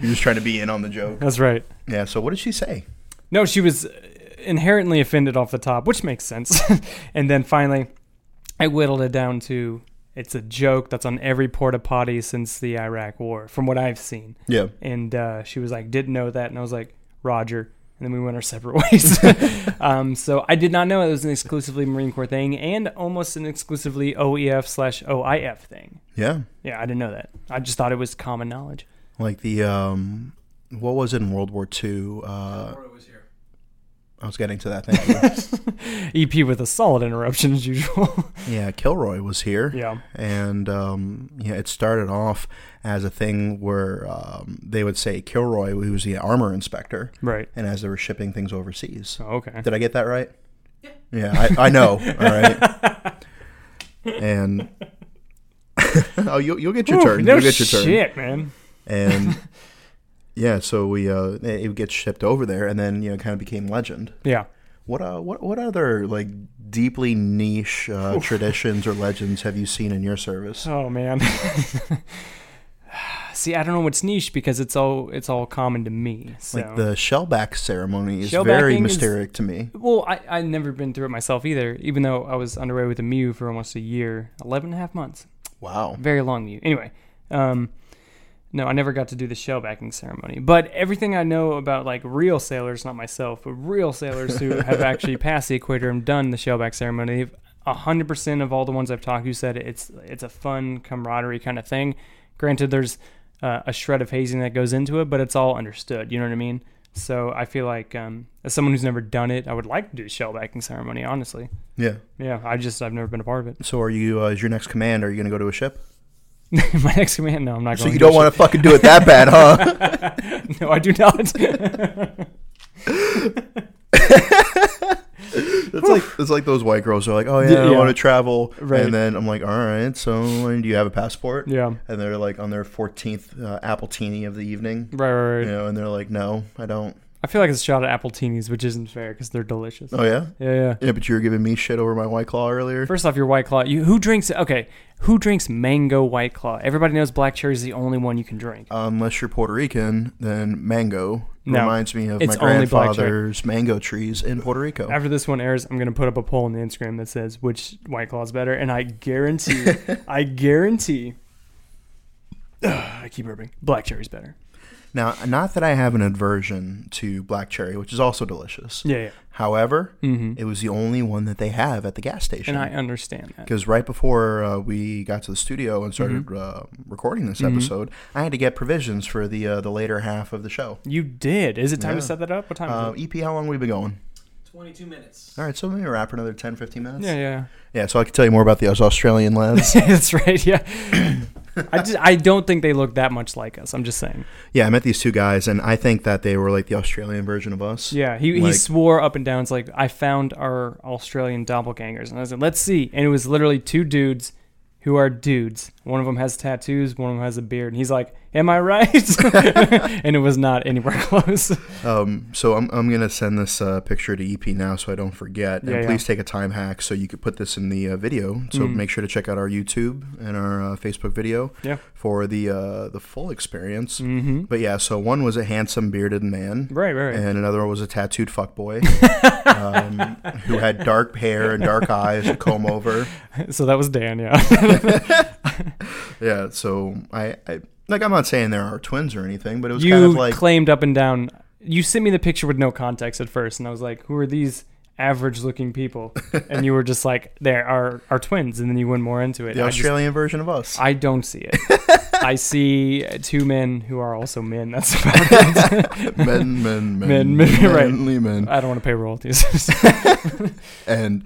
Speaker 4: You're just trying to be in on the joke.
Speaker 1: That's right.
Speaker 4: Yeah. So what did she say?
Speaker 1: No, she was inherently offended off the top, which makes sense. <laughs> and then finally, I whittled it down to it's a joke that's on every porta potty since the Iraq War, from what I've seen.
Speaker 4: Yeah.
Speaker 1: And uh, she was like, didn't know that. And I was like, Roger. And then we went our separate <laughs> ways. um, so I did not know it was an exclusively Marine Corps thing and almost an exclusively OEF slash OIF thing.
Speaker 4: Yeah.
Speaker 1: Yeah, I didn't know that. I just thought it was common knowledge.
Speaker 4: like the um, what was it in World War II? Uh,
Speaker 2: Roy was here.
Speaker 4: I was getting to that. Thank you.
Speaker 2: <laughs>
Speaker 1: EP E with a solid interruption as usual. <laughs>
Speaker 4: yeah, Kilroy was here.
Speaker 1: yeah.
Speaker 4: and um, yeah, it started off as a thing where um, they would say Kilroy, who was the armor inspector,
Speaker 1: Right.
Speaker 4: and as they were shipping things overseas.
Speaker 1: Oh, okay.
Speaker 4: Did I get that right? Yeah, I,
Speaker 1: <laughs>
Speaker 4: I know. All right, and <laughs> oh, you'll, you'll get your
Speaker 1: Ooh,
Speaker 4: turn.
Speaker 1: No
Speaker 4: you'll get your turn.
Speaker 1: shit, man.
Speaker 4: And yeah, so we uh, it would get shipped over there, and then you know, kind of became legend.
Speaker 1: Yeah.
Speaker 4: What uh, what what other like deeply niche uh, traditions or legends have you seen in your service?
Speaker 1: Oh
Speaker 4: <laughs>
Speaker 1: man. See, I don't know what's niche because it's all it's all common to me. So.
Speaker 4: Like the shellback ceremony is
Speaker 1: Shellbacking
Speaker 4: very
Speaker 1: is-
Speaker 4: mysteric to me.
Speaker 1: well, I I never been through it myself either. Even though I was underway with a Mew for almost a year, 11 and a half months,
Speaker 4: Wow.
Speaker 1: very long Mew. Anyway, um, no, I never got to do the shell backing ceremony. But everything I know about like real sailors, not myself, but real sailors
Speaker 4: <laughs>
Speaker 1: who have actually passed the equator and done the shellback ceremony, they've- a hundred percent of all the ones I've talked to said it's it's a fun camaraderie kind of thing. Granted, there's uh, a shred of hazing that goes into it, but it's all understood. You know what I mean? So I feel like um, as someone who's never done it, I would like to do the shell backing ceremony. Honestly,
Speaker 4: Yeah.
Speaker 1: yeah, I just I've never been a part of it.
Speaker 4: So are you? Uh, is your next command? Are you going to go to a ship?
Speaker 1: <laughs> My next command, no, I'm not
Speaker 4: So
Speaker 1: going.
Speaker 4: you
Speaker 1: to
Speaker 4: don't
Speaker 1: a
Speaker 4: want to fucking do it that bad, huh?
Speaker 1: ship. <laughs> No, I do not.
Speaker 4: <laughs> it's like it's like those white girls who are like, oh yeah, I
Speaker 1: Yeah.
Speaker 4: want to travel,
Speaker 1: Right.
Speaker 4: and then I'm like, all right, so and do you have a passport?
Speaker 1: yeah.
Speaker 4: And they're like on their 14th uh, apple teeny of the evening,
Speaker 1: Right, right, right.
Speaker 4: you know, and they're like, no, I don't.
Speaker 1: I feel like it's a shot at apple teenies, which isn't fair because they're delicious.
Speaker 4: Oh yeah.
Speaker 1: Yeah, yeah.
Speaker 4: Yeah, but you were giving me shit over my white claw earlier.
Speaker 1: First off, your white claw. You who drinks? Okay, who drinks mango white claw? Everybody knows black cherry is the only one you can drink.
Speaker 4: Uh, Unless you're Puerto Rican, then mango
Speaker 1: No.
Speaker 4: reminds me of
Speaker 1: It's
Speaker 4: my
Speaker 1: only black cherry.
Speaker 4: grandfather's mango trees in Puerto Rico.
Speaker 1: After this one airs, I'm gonna put up a poll on the Instagram that says which white claw is better, and I guarantee, I guarantee. <sighs> Ugh, I keep burping. Black cherry's better.
Speaker 4: Now, not that I have an aversion to black cherry, which is also delicious.
Speaker 1: Yeah, yeah.
Speaker 4: However, it was the only one that they have at the gas
Speaker 1: Mm-hmm. And I
Speaker 4: station.
Speaker 1: understand that.
Speaker 4: Because right before uh, we got to the studio and
Speaker 1: Mm-hmm.
Speaker 4: started uh, recording this episode, I had to get provisions for the uh, the later half of the show.
Speaker 1: You did. Is it time to
Speaker 4: Yeah.
Speaker 1: set that up? What time
Speaker 4: Uh,
Speaker 1: is
Speaker 4: EP, how long we been going?
Speaker 2: 22 minutes.
Speaker 4: All right, so maybe wrap for another 10, 15 minutes.
Speaker 1: it? Yeah, yeah.
Speaker 4: Yeah, so I can tell you more about the
Speaker 1: <laughs>
Speaker 4: us Australian lads.
Speaker 1: That's right. Yeah. I just I don't think they look that much like us. I'm just saying.
Speaker 4: yeah, I met these two guys, and I think that they were like the Australian version of us.
Speaker 1: Yeah, he, he
Speaker 4: Like-
Speaker 1: swore up and down. It's like I found our Australian doppelgangers, and I was like, let's see. And it was literally two dudes who are dudes. One of them has tattoos. One of them has a beard. And he's like, "Am I right?" <laughs> and it was not anywhere <laughs> close.
Speaker 4: Um, so I'm, I'm gonna send this uh, picture to EP now, so I don't forget.
Speaker 1: Yeah,
Speaker 4: and
Speaker 1: yeah. Mm.
Speaker 4: please take a time hack so you could put this in the uh, video. So make sure to check out our YouTube and our uh, Facebook video
Speaker 1: Yeah.
Speaker 4: for the uh, the full experience.
Speaker 1: Mm-hmm.
Speaker 4: But yeah, so one was a handsome bearded man,
Speaker 1: Right, right. right.
Speaker 4: and another one was a
Speaker 1: <laughs>
Speaker 4: tattooed fuckboy um, who had dark hair and dark eyes, a comb over.
Speaker 1: so that was Dan. Yeah.
Speaker 4: Yeah, so I, I like I'm not saying there are twins or anything, but it was
Speaker 1: you
Speaker 4: kind of like
Speaker 1: claimed up and down. You sent me the picture with no context at first, and I was like, "Who are these average-looking
Speaker 4: <laughs>
Speaker 1: people?" and you were just like, "They are are twins." And then you went more into it.
Speaker 4: the
Speaker 1: I just-
Speaker 4: Australian version of us.
Speaker 1: I don't see
Speaker 4: <laughs>
Speaker 1: it. I see two men who are also men. That's about it. <laughs>
Speaker 4: men, men, men,
Speaker 1: Men, men, right.
Speaker 4: manly men.
Speaker 1: I don't want to pay royalties. <laughs>
Speaker 4: and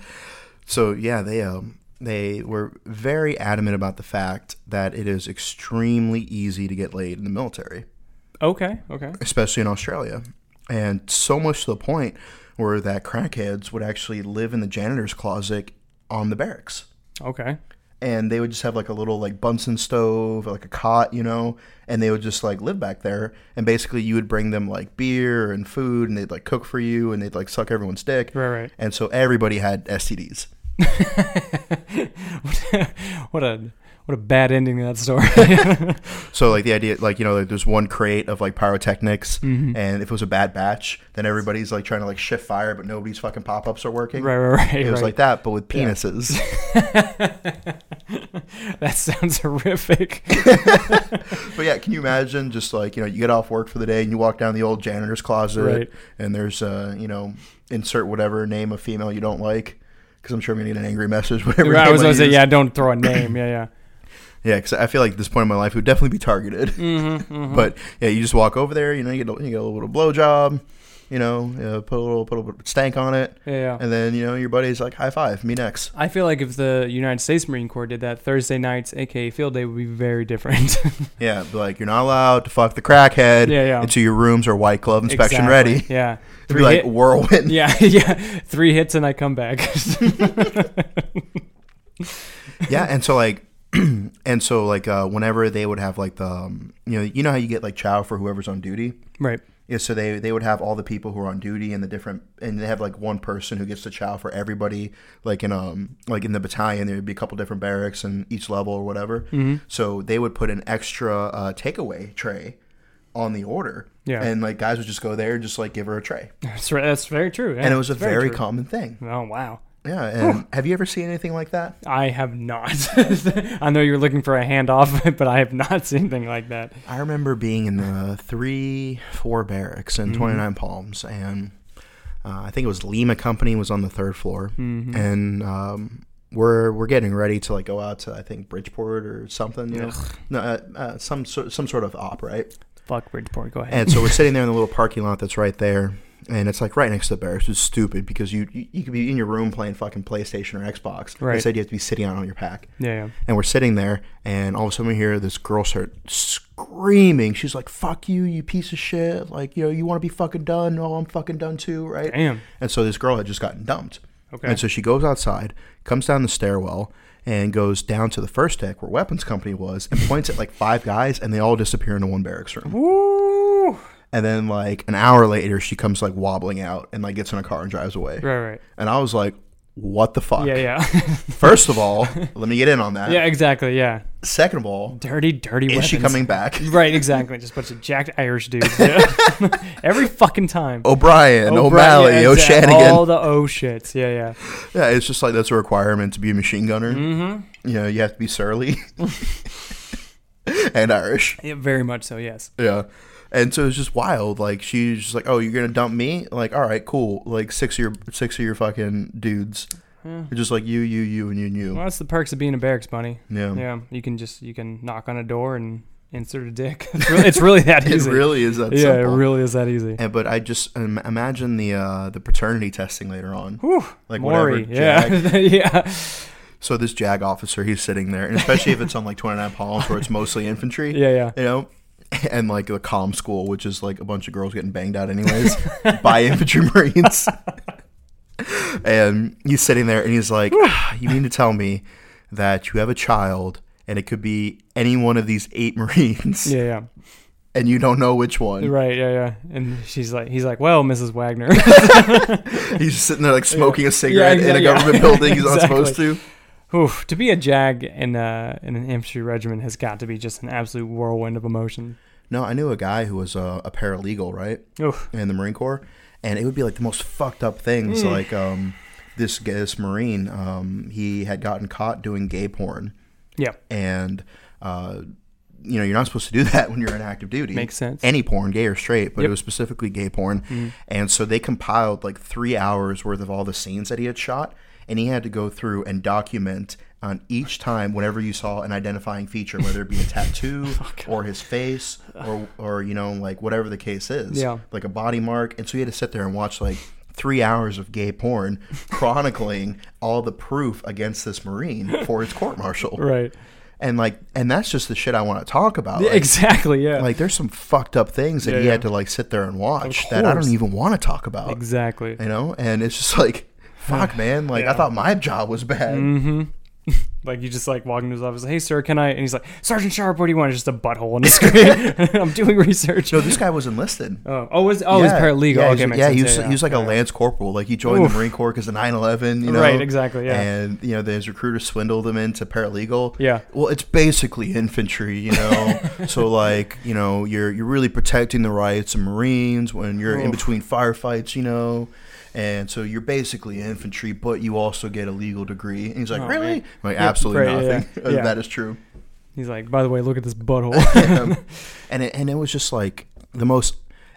Speaker 4: so yeah they um they were very adamant about the fact that it is extremely easy to get laid in the military
Speaker 1: okay, okay.
Speaker 4: especially in australia and so much to the point where that crackheads would actually live in the janitor's closet on the barracks
Speaker 1: Okay.
Speaker 4: and they would just have like a little like bunsen stove or like a cot you know and they would just like live back there and basically you would bring them like beer and food and they'd like cook for you and they'd like suck everyone's dick
Speaker 1: Right, right. <laughs>
Speaker 4: and so everybody had stds
Speaker 1: What a what a bad ending to that
Speaker 4: <laughs>
Speaker 1: story.
Speaker 4: So like the idea, like you know, like, there's one crate of like pyrotechnics,
Speaker 1: Mm-hmm.
Speaker 4: and if it was a bad batch, then everybody's like trying to like shift fire, but nobody's fucking pop ups are
Speaker 1: <laughs>
Speaker 4: working.
Speaker 1: right, right, right.
Speaker 4: It was
Speaker 1: right.
Speaker 4: like that, but
Speaker 1: <laughs>
Speaker 4: with penises.
Speaker 1: that sounds <laughs> horrific.
Speaker 4: <laughs> but yeah, can you imagine just like you know, you get off work for the day and you walk down the old janitor's closet,
Speaker 1: Right.
Speaker 4: and there's uh, you know, insert whatever name of female you don't like, because I'm sure I'm gonna get an angry message. <laughs> Whatever.
Speaker 1: I
Speaker 4: name
Speaker 1: was
Speaker 4: I
Speaker 1: always say,
Speaker 4: use.
Speaker 1: yeah, don't throw a name. Yeah, yeah.
Speaker 4: Yeah, because I feel like at this point in my life, it would definitely be targeted.
Speaker 1: Mm-hmm,
Speaker 4: <laughs> But yeah, you just walk over there, you know, you get a, you get a little blowjob, you know, uh, put a little put a little stank on it,
Speaker 1: Yeah, yeah.
Speaker 4: and then you know your buddy's like, high five, me next.
Speaker 1: I feel like if the United States Marine Corps did that, Thursday nights, aka field day, would be very different. <laughs>
Speaker 4: Yeah, but like you're not allowed to fuck the crackhead
Speaker 1: Yeah, yeah.
Speaker 4: until your rooms are white glove inspection
Speaker 1: Exactly.
Speaker 4: ready.
Speaker 1: Yeah.
Speaker 4: It'd <laughs> be like
Speaker 1: hit- <laughs>
Speaker 4: whirlwind.
Speaker 1: yeah, yeah. Three hits and I come back. <laughs>
Speaker 4: yeah and so like <clears throat> and so like uh, whenever they would have like the um, you know you know how you get like chow for whoever's on duty
Speaker 1: right.
Speaker 4: yeah so they they would have all the people who are on duty and the different and they have like one person who gets the chow for everybody like in um like in the battalion there would be a couple different barracks in each level or whatever
Speaker 1: Mm-hmm.
Speaker 4: so they would put an extra uh, takeaway tray on the order
Speaker 1: Yeah.
Speaker 4: and like guys would just go there and just like give her a tray
Speaker 1: That's, right. That's very true. yeah.
Speaker 4: and it was a
Speaker 1: Very
Speaker 4: very
Speaker 1: true.
Speaker 4: common thing
Speaker 1: Oh wow.
Speaker 4: yeah and have you ever seen anything like that
Speaker 1: I have not. <laughs> I know you're looking for a handoff, <laughs> but I have not seen anything like that.
Speaker 4: I remember being in the three, four barracks in 29 Palms, and uh, I think it was Lima Company was on the third floor, and um, we're we're getting ready to like go out to I think Bridgeport or something, you know, no, uh, uh, some sor- some sort of op, right?
Speaker 1: Fuck Bridgeport. Go ahead.
Speaker 4: And so we're sitting there in the little parking lot that's right there. And it's like right next to the barracks. It's stupid because you, you you could be in your room playing fucking PlayStation or Xbox.
Speaker 1: Right.
Speaker 4: Instead, you have to be sitting out on your pack
Speaker 1: yeah. yeah.
Speaker 4: and we're sitting there and all of a sudden we hear this girl start screaming she's like fuck you you piece of shit like you know you want to be fucking done oh i'm fucking done too right
Speaker 1: Damn.
Speaker 4: and so this girl had just gotten dumped
Speaker 1: Okay.
Speaker 4: and so she goes outside comes down the stairwell and goes down to the first deck where weapons company was and points at like five guys and they all disappear into one barracks room
Speaker 1: Woo.
Speaker 4: and then like an hour later she comes like wobbling out and like gets in a car and drives away
Speaker 1: Right. Right.
Speaker 4: and i was like what the fuck
Speaker 1: Yeah. Yeah. <laughs>
Speaker 4: first of all let me get in on that
Speaker 1: yeah. Exactly. Yeah.
Speaker 4: second of all
Speaker 1: Dirty. Dirty.
Speaker 4: is
Speaker 1: weapons.
Speaker 4: she coming back? <laughs>
Speaker 1: Right, exactly. Just a bunch of jacked Irish <laughs> dudes. Yeah. Every fucking time.
Speaker 4: Oh, O'Brien, O'Malley,
Speaker 1: O'Brien, yeah, exact-
Speaker 4: O'Shanigan.
Speaker 1: All the O shits. Yeah, yeah.
Speaker 4: yeah, it's just like that's a requirement to be a machine gunner. Mm-hmm. You know, you have to be surly <laughs> and Irish.
Speaker 1: Yeah, Very much so, yes.
Speaker 4: Yeah. And so it's just wild. Like she's just like, "Oh, you're gonna dump me? Like, all right, cool. Like six of your six of your fucking dudes, just like you, you, you, and you, and you.
Speaker 1: Well, that's the perks of being a barracks bunny.
Speaker 4: Yeah.
Speaker 1: Yeah, you can just, you can knock on a door and insert a
Speaker 4: <laughs>
Speaker 1: dick. It's really, it's really that
Speaker 4: <laughs> It
Speaker 1: easy.
Speaker 4: really is that
Speaker 1: yeah,
Speaker 4: simple.
Speaker 1: it really is that easy.
Speaker 4: And, but I just um, imagine the uh, the paternity testing later on.
Speaker 1: Whew,
Speaker 4: Like
Speaker 1: Maury,
Speaker 4: whatever.
Speaker 1: yeah. <laughs>
Speaker 4: Jag-
Speaker 1: yeah.
Speaker 4: So this JAG officer, he's sitting there, and especially if it's on like 29 Palms where it's mostly infantry.
Speaker 1: <laughs> Yeah,
Speaker 4: <laughs>
Speaker 1: yeah.
Speaker 4: you know, and like the comm school, which is like a bunch of girls getting banged out anyways by infantry
Speaker 1: <laughs>
Speaker 4: marines. and he's sitting there and he's like, "Ah, "You mean to tell me that you have a child and it could be any one of these eight marines,
Speaker 1: Yeah,
Speaker 4: and you don't know which one?"
Speaker 1: yeah. Right, yeah, yeah. And she's like, he's like, well, Mrs. Wagner. <laughs>
Speaker 4: He's just sitting there like smoking a cigarette
Speaker 1: Yeah,
Speaker 4: in a
Speaker 1: exa-
Speaker 4: government
Speaker 1: yeah. <laughs>
Speaker 4: building he's not
Speaker 1: Exactly.
Speaker 4: supposed to.
Speaker 1: Oof, to be a jag in, uh, in an infantry regiment has got to be just an absolute whirlwind of emotion.
Speaker 4: No, I knew a guy who was a, a paralegal, right?
Speaker 1: Oof.
Speaker 4: <laughs> in the Marine Corps, and it would be like the most fucked up things. Like um, this g- this Marine, um, he had gotten caught doing gay porn,
Speaker 1: Yeah.
Speaker 4: and uh, you know you're not supposed to do <laughs> that when you're in active duty.
Speaker 1: Makes sense.
Speaker 4: Any porn, gay or straight,
Speaker 1: Yep.
Speaker 4: but
Speaker 1: Mm-hmm.
Speaker 4: it was specifically gay porn, and so they compiled like three hours worth of all the scenes that he had shot, and he had to go through and document. On each time, whenever you saw an identifying feature, whether it
Speaker 1: <laughs>
Speaker 4: be a tattoo
Speaker 1: Oh,
Speaker 4: or his face or, or you know, like whatever the case is,
Speaker 1: Yeah.
Speaker 4: like a body mark. And so he had to sit there and watch like three hours of gay porn <laughs> chronicling all the proof against this Marine for his court martial.
Speaker 1: Right.
Speaker 4: And like, and that's just the shit I want to talk about. Like,
Speaker 1: exactly, yeah.
Speaker 4: like, there's some fucked up things that
Speaker 1: Yeah,
Speaker 4: he had
Speaker 1: yeah.
Speaker 4: to like sit there and watch that I don't
Speaker 1: course.
Speaker 4: even want to talk about,
Speaker 1: exactly.
Speaker 4: you know? And it's just like,
Speaker 1: <sighs>
Speaker 4: fuck, man. Like, I
Speaker 1: Yeah. Mm-hmm.
Speaker 4: thought my job was bad.
Speaker 1: Like you just like walk into his office, hey sir, can I? And he's like, Sergeant Sharp, what do you want? Just a butthole on
Speaker 4: <laughs>
Speaker 1: the screen. <laughs> I'm doing research.
Speaker 4: No, this guy was enlisted.
Speaker 1: oh, oh, was oh, he's paralegal.
Speaker 4: Yeah,
Speaker 1: okay,
Speaker 4: he was,
Speaker 1: makes
Speaker 4: yeah,
Speaker 1: sense.
Speaker 4: he was,
Speaker 1: yeah,
Speaker 4: he was like a lance corporal. Like he joined
Speaker 1: Oof.
Speaker 4: the Marine Corps because of 9-11, you know?
Speaker 1: Right, exactly, yeah.
Speaker 4: And, you know, his recruiter swindled him into paralegal.
Speaker 1: Yeah.
Speaker 4: Well, it's basically infantry,
Speaker 1: <laughs>
Speaker 4: you know? so, like, you know, you're you're really protecting the rights of Marines when you're in
Speaker 1: Oof.
Speaker 4: between firefights, you know? And so you're basically infantry, but you also get a legal degree. And he's like,
Speaker 1: Oh,
Speaker 4: really?
Speaker 1: man.
Speaker 4: I'm like, absolutely
Speaker 1: right, yeah,
Speaker 4: nothing. <laughs>
Speaker 1: yeah. Yeah.
Speaker 4: that is true.
Speaker 1: He's like, by the way, look at this
Speaker 4: <laughs>
Speaker 1: butthole.
Speaker 4: Um, and it, and it was just like the most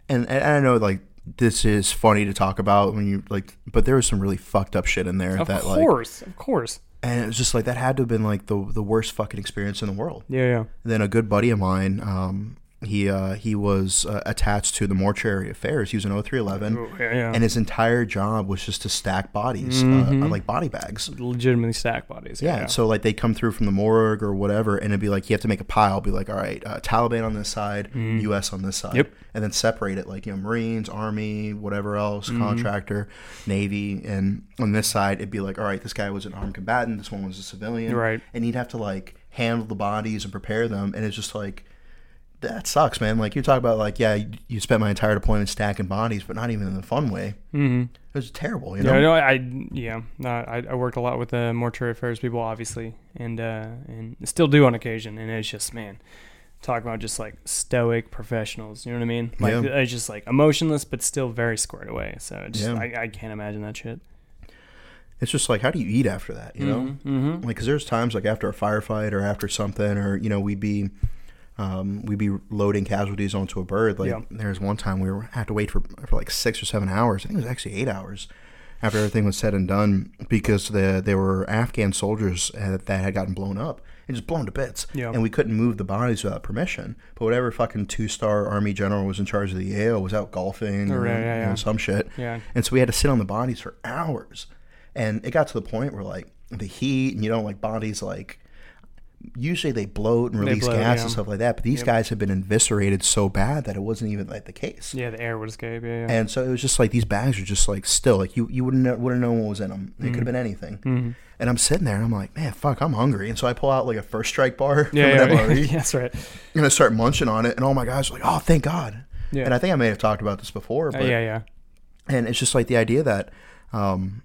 Speaker 4: and, and I know like this is funny to talk about when you like but there was some really fucked up shit in there
Speaker 1: of
Speaker 4: that like
Speaker 1: course, of course.
Speaker 4: and it was just like that had to have been like the the worst fucking experience in the world.
Speaker 1: Yeah, yeah.
Speaker 4: Then a good buddy of mine, um, he uh, he was uh, attached to the mortuary affairs. He was an 0311,
Speaker 1: Oh, yeah, yeah.
Speaker 4: and his entire job was just to stack bodies,
Speaker 1: Mm-hmm.
Speaker 4: uh, like body bags.
Speaker 1: legitimately stack bodies.
Speaker 4: Yeah, so like they come through from the morgue or whatever, and it'd be like you have to make a pile. Be like, all right, uh, Taliban on this side, U.S. on this side,
Speaker 1: Mm. Yep.
Speaker 4: and then separate it like you know Marines, Army, whatever else,
Speaker 1: Mm-hmm.
Speaker 4: contractor, Navy, and on this side it'd be like, all right, this guy was an armed combatant, this one was a civilian,
Speaker 1: Right.
Speaker 4: And you'd have to like handle the bodies and prepare them, and it's just like. That sucks, man. Like you talk about, like yeah, you, you spent my entire deployment stacking bodies, but not even in a fun way. Mm-hmm. It was terrible, you know.
Speaker 1: Yeah, no, I yeah, no, I, I worked a lot with the mortuary affairs people, obviously, and uh, and still do on occasion. And it's just man, talk about just like stoic professionals. You know what I mean? Like
Speaker 4: Yeah.
Speaker 1: it's just like emotionless, but still very squared away. So it's just
Speaker 4: Yeah.
Speaker 1: I, I can't imagine that shit.
Speaker 4: it's just like how do you eat after that you know mm-hmm. like because there's times like after a firefight or after something or you know we'd be um, we'd be loading casualties onto a bird like
Speaker 1: Yeah.
Speaker 4: there was one time we were had to wait for, for like six or seven hours i think it was actually eight hours after everything was said and done because the, there were afghan soldiers uh, that had gotten blown up and just blown to bits
Speaker 1: Yeah.
Speaker 4: and we couldn't move the bodies without permission but whatever fucking two-star army general was in charge of the yale was out golfing or
Speaker 1: Oh, yeah,
Speaker 4: you know,
Speaker 1: yeah.
Speaker 4: some shit
Speaker 1: Yeah.
Speaker 4: and so we had to sit on the bodies for hours. And it got to the point where like the heat and you know like bodies like usually they bloat and release
Speaker 1: bloat,
Speaker 4: gas
Speaker 1: yeah.
Speaker 4: and stuff like that. But these guys had been eviscerated so bad that it wasn't even like the case.
Speaker 1: Yeah, the air would escape. Yeah, yeah.
Speaker 4: And so it was just like these bags are just like still like you you wouldn't know, wouldn't know what was in them. It
Speaker 1: Mm-hmm.
Speaker 4: could have been anything. And I'm sitting there and I'm like, man, fuck, I'm hungry. And so I pull out like a first strike bar from
Speaker 1: yeah,
Speaker 4: an
Speaker 1: yeah,
Speaker 4: MRE
Speaker 1: yeah, <laughs> that's
Speaker 4: <laughs>
Speaker 1: right. Uh,
Speaker 4: and I start munching on it. And all my guys are like, oh, thank God.
Speaker 1: Yeah.
Speaker 4: And I think I may have talked about this before,
Speaker 1: Uh,
Speaker 4: but
Speaker 1: yeah, yeah,
Speaker 4: and it's just like the idea that um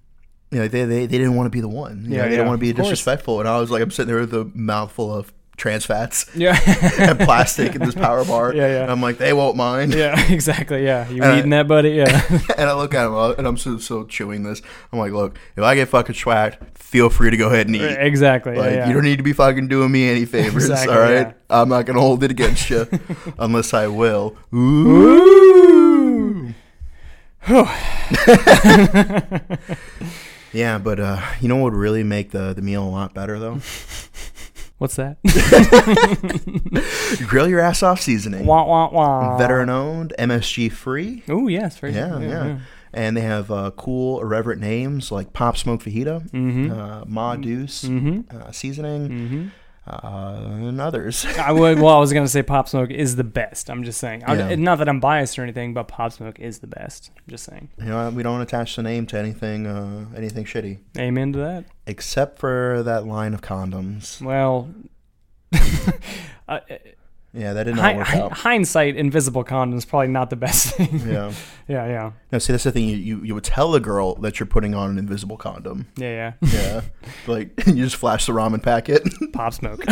Speaker 4: you know they they, they didn't want to be the one
Speaker 1: Yeah,
Speaker 4: yeah, they
Speaker 1: yeah,
Speaker 4: didn't want to be
Speaker 1: of course.
Speaker 4: disrespectful and i was like i'm sitting there with a mouthful of trans fats <laughs>
Speaker 1: yeah, <laughs>
Speaker 4: and plastic in this power bar
Speaker 1: Yeah, yeah.
Speaker 4: and i'm like they won't mind
Speaker 1: yeah. <laughs> Exactly. Yeah, you
Speaker 4: Uh,
Speaker 1: eating that, buddy? Yeah,
Speaker 4: <laughs>
Speaker 1: <laughs>
Speaker 4: and i look at them uh, and i'm still, still chewing this i'm like look if i get fucking schwacked feel free to go ahead and eat
Speaker 1: exactly.
Speaker 4: like
Speaker 1: yeah, yeah.
Speaker 4: you don't e- need to be fucking doing me any favors
Speaker 1: Exactly,
Speaker 4: all right
Speaker 1: yeah.
Speaker 4: i'm not gonna hold it
Speaker 1: <laughs>
Speaker 4: against you unless i will Ooh.
Speaker 1: Ooh.
Speaker 4: yeah but uh you know what would really make the the meal a lot
Speaker 1: <laughs>
Speaker 4: better though
Speaker 1: What's that?
Speaker 4: grill your ass off seasoning
Speaker 1: wah wah wah.
Speaker 4: veteran owned, MSG free.
Speaker 1: Oh yes, very
Speaker 4: Yeah, yeah. And they have uh, cool, irreverent names like Pop Smoke Fajita,
Speaker 1: Mm-hmm.
Speaker 4: uh, Ma Deuce uh, Seasoning, <laughs> uh, and others. <laughs>
Speaker 1: I would. Well, I was gonna say Pop Smoke is the best. I'm just saying. I-
Speaker 4: Yeah.
Speaker 1: Not that I'm biased or anything, but Pop Smoke is the best. I'm just saying.
Speaker 4: you know, we don't attach the name to anything, uh, anything shitty,
Speaker 1: Amen to that.
Speaker 4: except for that line of condoms.
Speaker 1: Well, <laughs> uh,
Speaker 4: Yeah, that did not
Speaker 1: hi-
Speaker 4: work
Speaker 1: hi-
Speaker 4: out.
Speaker 1: hindsight, invisible condoms probably not the best <laughs> thing.
Speaker 4: Yeah.
Speaker 1: yeah, yeah,
Speaker 4: No, see, that's the thing. You, you, you would tell the girl that you're putting on an invisible
Speaker 1: <laughs>
Speaker 4: condom.
Speaker 1: yeah, yeah.
Speaker 4: Yeah. like, <laughs> you just flash the ramen packet. <laughs>
Speaker 1: Pop Smoke.